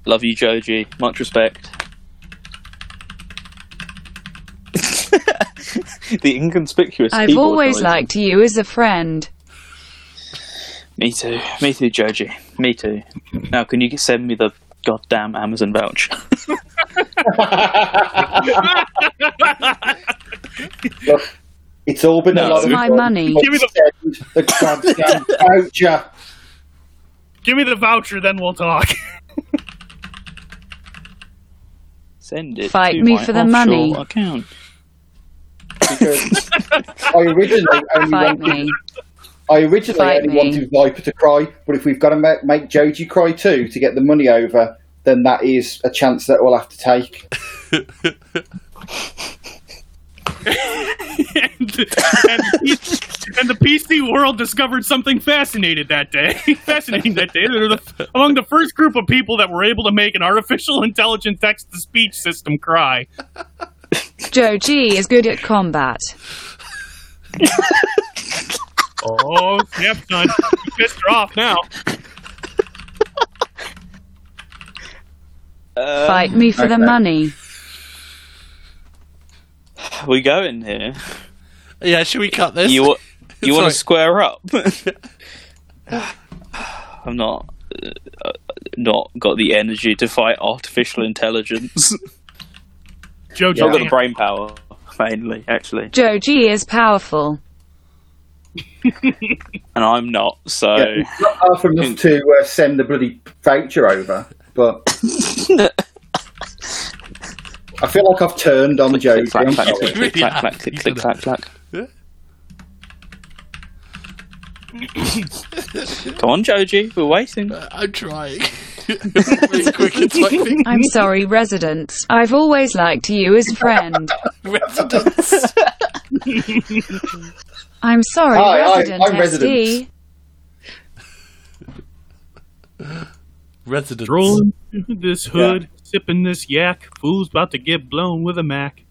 C: Love you, Joji. Much respect. the inconspicuous.
F: I've
C: keyboard
F: always
C: noise.
F: liked you as a friend.
C: Me too. Me too, Joji. Me too. Now, can you send me the goddamn Amazon voucher?
A: Look, it's all been a
C: No.
A: lot of
C: It's
F: my
A: fun.
F: money.
A: Give me the, the goddamn voucher.
D: Give me the voucher, then we'll talk.
C: Send it.
F: Fight
C: to
F: me
C: my
F: for the
C: offshore
F: money.
C: Account.
A: because I originally only wanted,
F: Fight me.
A: I originally
F: Fight
A: only
F: me.
A: wanted Viper to cry, but if we've got to make, make Joji cry too to get the money over, then that is a chance that we'll have to take.
D: and, and, and the PC world discovered something fascinating that day. fascinating that day. They were the, among the first group of people that were able to make an artificial intelligent text to speech system cry.
F: Joji is good at combat.
D: Oh, snap, son. You pissed her off now.
C: Uh,
F: Fight me for
A: Uh,
F: the
A: okay.
F: money.
C: We go in here.
B: yeah, should we cut this?
C: You wa- you
B: Sorry.
C: want to square up? I'm not uh, not got the energy to fight artificial intelligence. Not
D: Jojo,
C: got the
D: man,
C: brain power mainly, actually,
F: Joji is powerful.
C: and I'm not. So
A: Yeah, it's not hard for enough to uh, send the bloody voucher over, but I feel like I've turned on
C: click,
A: Joji.
C: clack,
A: I'm
C: clack,
A: sorry.
C: click, click,
B: Yeah,
C: clack, clack, click,
B: you
C: click,
B: did
C: clack, clack. Come on, Joji, we're waiting.
B: I'm trying. Really quick and typing.
F: I'm sorry, residents. I've always liked you as friend.
B: Residence.
F: I'm sorry,
A: Hi, hi,
F: resident
A: I'm
F: SD.
A: resident.
B: Residence.
D: Rolling into this hood, sipping this yak. Fool's about to get blown with a Mac.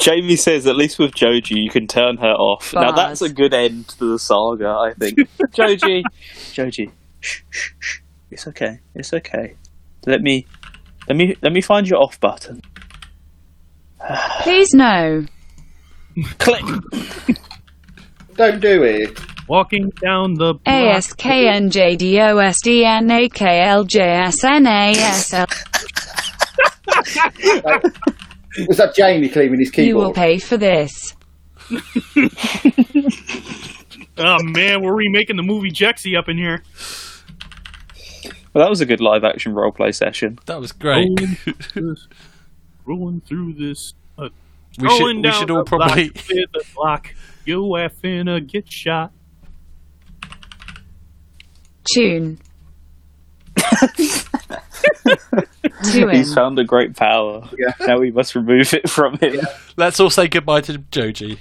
C: Jamie says, at least with Joji, you can turn her off. Now that's
F: Bars.
C: a good end to the saga, I think. Joji, Joji, shh, shh, shh. It's okay. It's okay. Let me, let me, let me find your off button.
F: Please no.
C: Click.
A: Don't do it.
D: Walking down the block.
F: ASKNJDOSDNAKLJSNASL.
A: Was that Jamie cleaning his
F: You will
A: keyboard?
F: pay for this.
D: Oh, man, we're remaking the movie Jexy up in here.
C: Well, that was a good live action roleplay session.
B: That was great.
D: Rolling through this- rolling through this uh,
B: We
D: Rolling
B: should, we
D: down
B: should all
D: the block,
B: probably.
D: clear the block. You are finna get shot.
F: Tune. to him.
C: He's found a great power.
A: Yeah.
C: Now we must remove it from him.
B: Let's all say goodbye to Joji.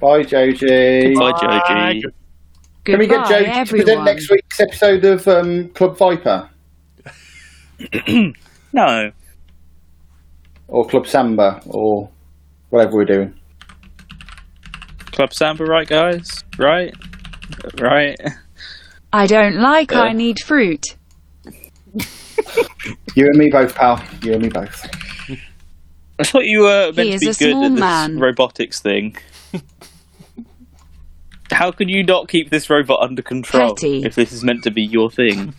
A: Bye, Joji.
C: Bye, Joji.
A: Can we get
F: Goodbye,
A: Joji to
F: everyone.
A: present next week week's episode of um, Club Viper
C: No.
A: or Club Samba or whatever we're doing?
C: Club Samba, right, guys? Right? Right?
F: I don't like.
C: Uh.
F: I need fruit.
A: You and me both, pal. You and me both.
C: I thought you were meant
F: He
C: to
F: is
C: be
F: a
C: good
F: small
C: at this
F: man.
C: robotics thing. How can you not keep this robot under control
F: Petty.
C: if this is meant to be your thing?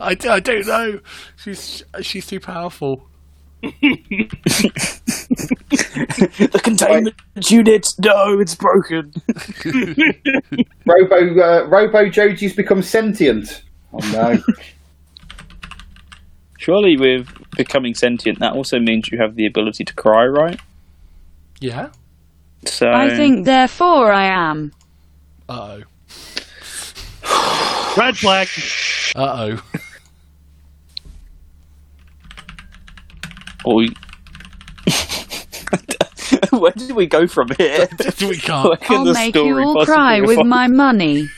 B: I, d- I don't know. She's she's too powerful.
C: the containment unit, no, it's broken.
A: Robo uh, Robo Joji's become sentient. Oh no!
C: Surely, with becoming sentient, that also means you have the ability to cry, right?
B: Yeah.
C: So
F: I think therefore I am.
B: Uh
D: Red flag.
B: oh. Uh oh.
C: Or we- Where did we go from here?
B: we can't.
C: Where can
F: I'll
C: the
F: make you
C: story
F: all
C: possibly
F: cry with
C: evolve?
F: my money.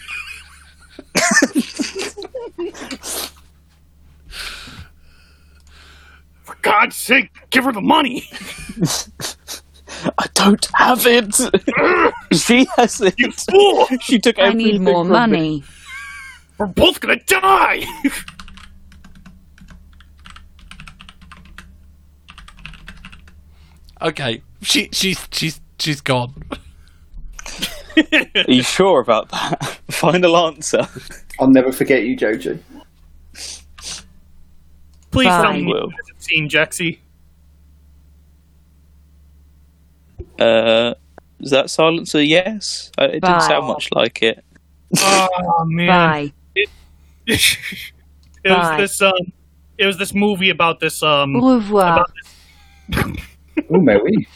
D: For God's sake, give her the money.
C: I don't have it. she has it.
D: You fool.
C: She took.
F: I need
C: everything
F: more
C: from me.
F: money.
D: We're both gonna die.
B: Okay. She she's she's she's gone.
C: Are you sure about that? Final answer.
A: I'll never forget you, Joji.
D: Please tell
F: Fine.
D: me you haven't seen Jexy.
C: Uh, is that silence a yes? Uh, It
F: Bye.
C: didn't sound much like it.
D: Oh man.
F: Bye.
D: it was
F: Bye.
D: this um it was this movie about this um
F: Au revoir.
A: Oh, may we?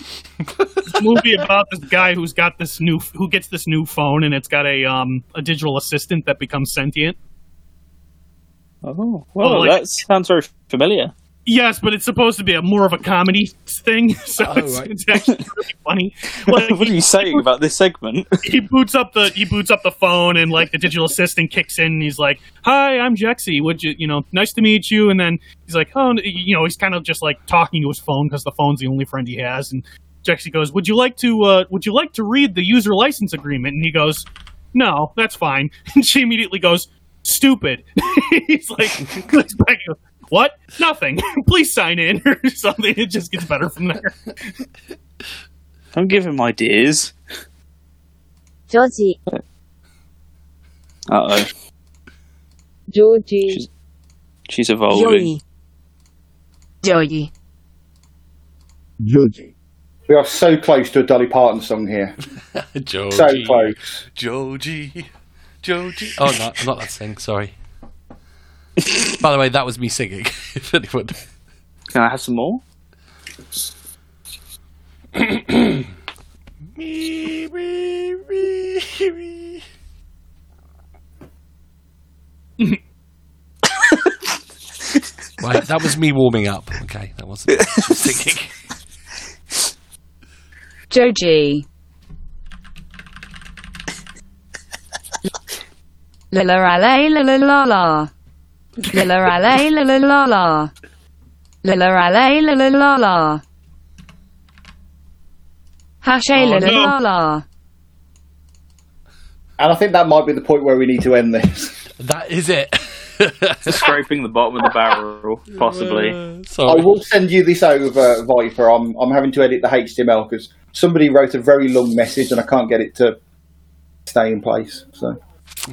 D: movie about this guy who's got this new who gets this new phone and it's got a um a digital assistant that becomes sentient.
C: Oh, well,
D: like-
C: that sounds very familiar.
D: Yes, but it's supposed to be a more of a comedy thing, so
B: Oh,
D: it's,
B: right.
D: it's actually really funny. Like
C: what are you saying about this segment?
D: he boots up the he boots up the phone and like the digital assistant kicks in and he's like, "Hi, I'm Jexy. Would you you know nice to meet you?" And then he's like, "Oh, you know," he's kind of just like talking to his phone because the phone's the only friend he has. And Jexy goes, "Would you like to uh, Would you like to read the user license agreement?" And he goes, "No, that's fine." And she immediately goes, "Stupid." he's like, looks back and goes, "What? Nothing. Please sign in or something." It just gets better from there.
C: Don't give him ideas.
G: Georgie,
C: Uh oh,
G: Georgie,
C: she's evolving.
F: Joey.
A: We are so close to a Dolly Parton song here.
B: Oh, Georgie.
A: So close.
B: Georgie. Georgie. Oh no, not that thing. Sorry. By the way, that was me singing. If anyone.
C: Can I have some more?
B: Me, me, me, me. right, that was me warming up. Okay, that wasn't singing.
F: Joji. la la la la la la la. La la la la la la la la. La la la la la la la la. Hashay la
D: Oh, no.
F: la la la.
A: And I think that might be the point where we need to end this.
B: That is it.
C: Scraping the bottom of the barrel, possibly.
A: I
B: Uh, sorry.
A: will send you this over, Viper. I'm I'm having to edit the HTML because somebody wrote a very long message and I can't get it to stay in place. So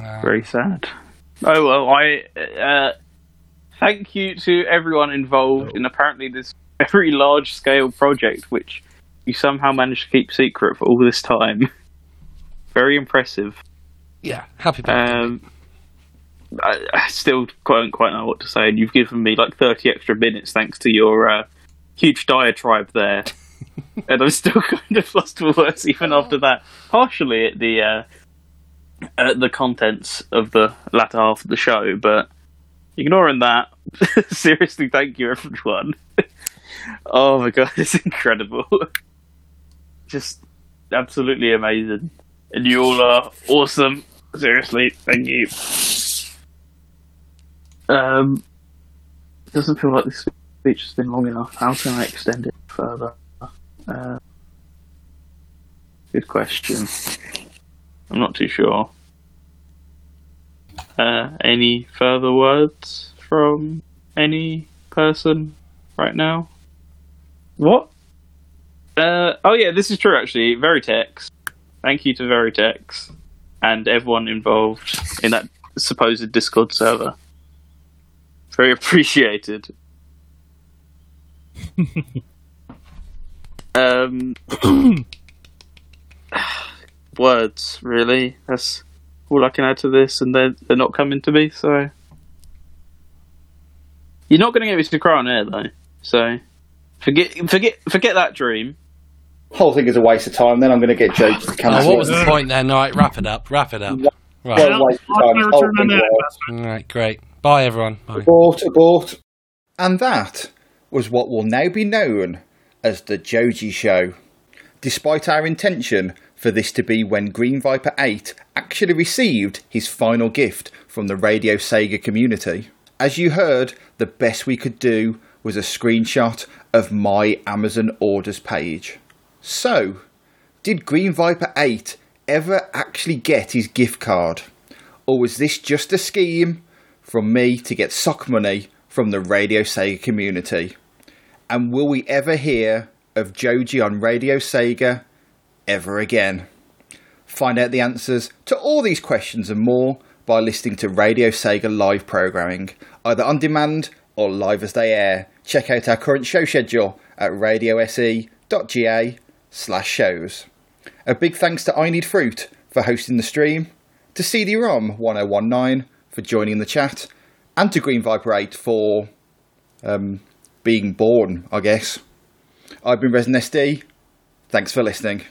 B: Uh,
C: Very sad. Oh well, I uh, thank you to everyone involved in apparently this very large scale project, which you somehow managed to keep secret for all this time. Very impressive.
B: yeah, happy birthday.
C: Um, I, I still don't quite know what to say, and you've given me like thirty extra minutes thanks to your uh, huge diatribe there, and I'm still kind of lost for words even after that. Partially at the uh, at the contents of the latter half of the show, but ignoring that, seriously, thank you everyone. oh my god, it's incredible. Just absolutely amazing. And you all are awesome. Seriously, thank you. Um, doesn't feel like this speech has been long enough. How can I extend it further? Uh, good question. I'm not too sure. Uh, any further words from any person right now? What? Uh, oh yeah, this is true actually. Veritex. Thank you to Veritex and everyone involved in that supposed Discord server. Very appreciated. um, words, really. That's all I can add to this, and they're, they're not coming to me, so. You're not going to get me to cry on air, though, so. Forget, forget, forget that dream.
A: Whole thing is a waste of time. Then I'm going to get Jake to
B: Oh,
A: cancel
B: what was
A: it.
B: the point then? All right, wrap it up. Wrap it up.
A: Well,
B: Right.
D: Yeah,
A: waste of time.
D: I'll
A: Whole
D: return on
A: thing
D: that
A: was-
B: All right, great. Bye, everyone. Bye.
A: Abort, abort. And that was what will now be known as the Joji Show. Despite our intention for this to be when Green Viper 8 actually received his final gift from the Radio Sega community. As you heard, the best we could do was a screenshot of my Amazon orders page. So, did Green Viper 8 ever actually get his gift card? Or was this just a scheme from me to get sock money from the Radio Sega community? And will we ever hear of Joji on Radio Sega ever again? Find out the answers to all these questions and more by listening to Radio Sega live programming, either on demand or live as they air. Check out our current show schedule at radiose.ga slash shows. A big thanks to I Need Fruit for hosting the stream, to CD-ROM 1019 for joining the chat, and to Green Viper 8 for um, being born, I guess. I've been Resin SD. Thanks for listening.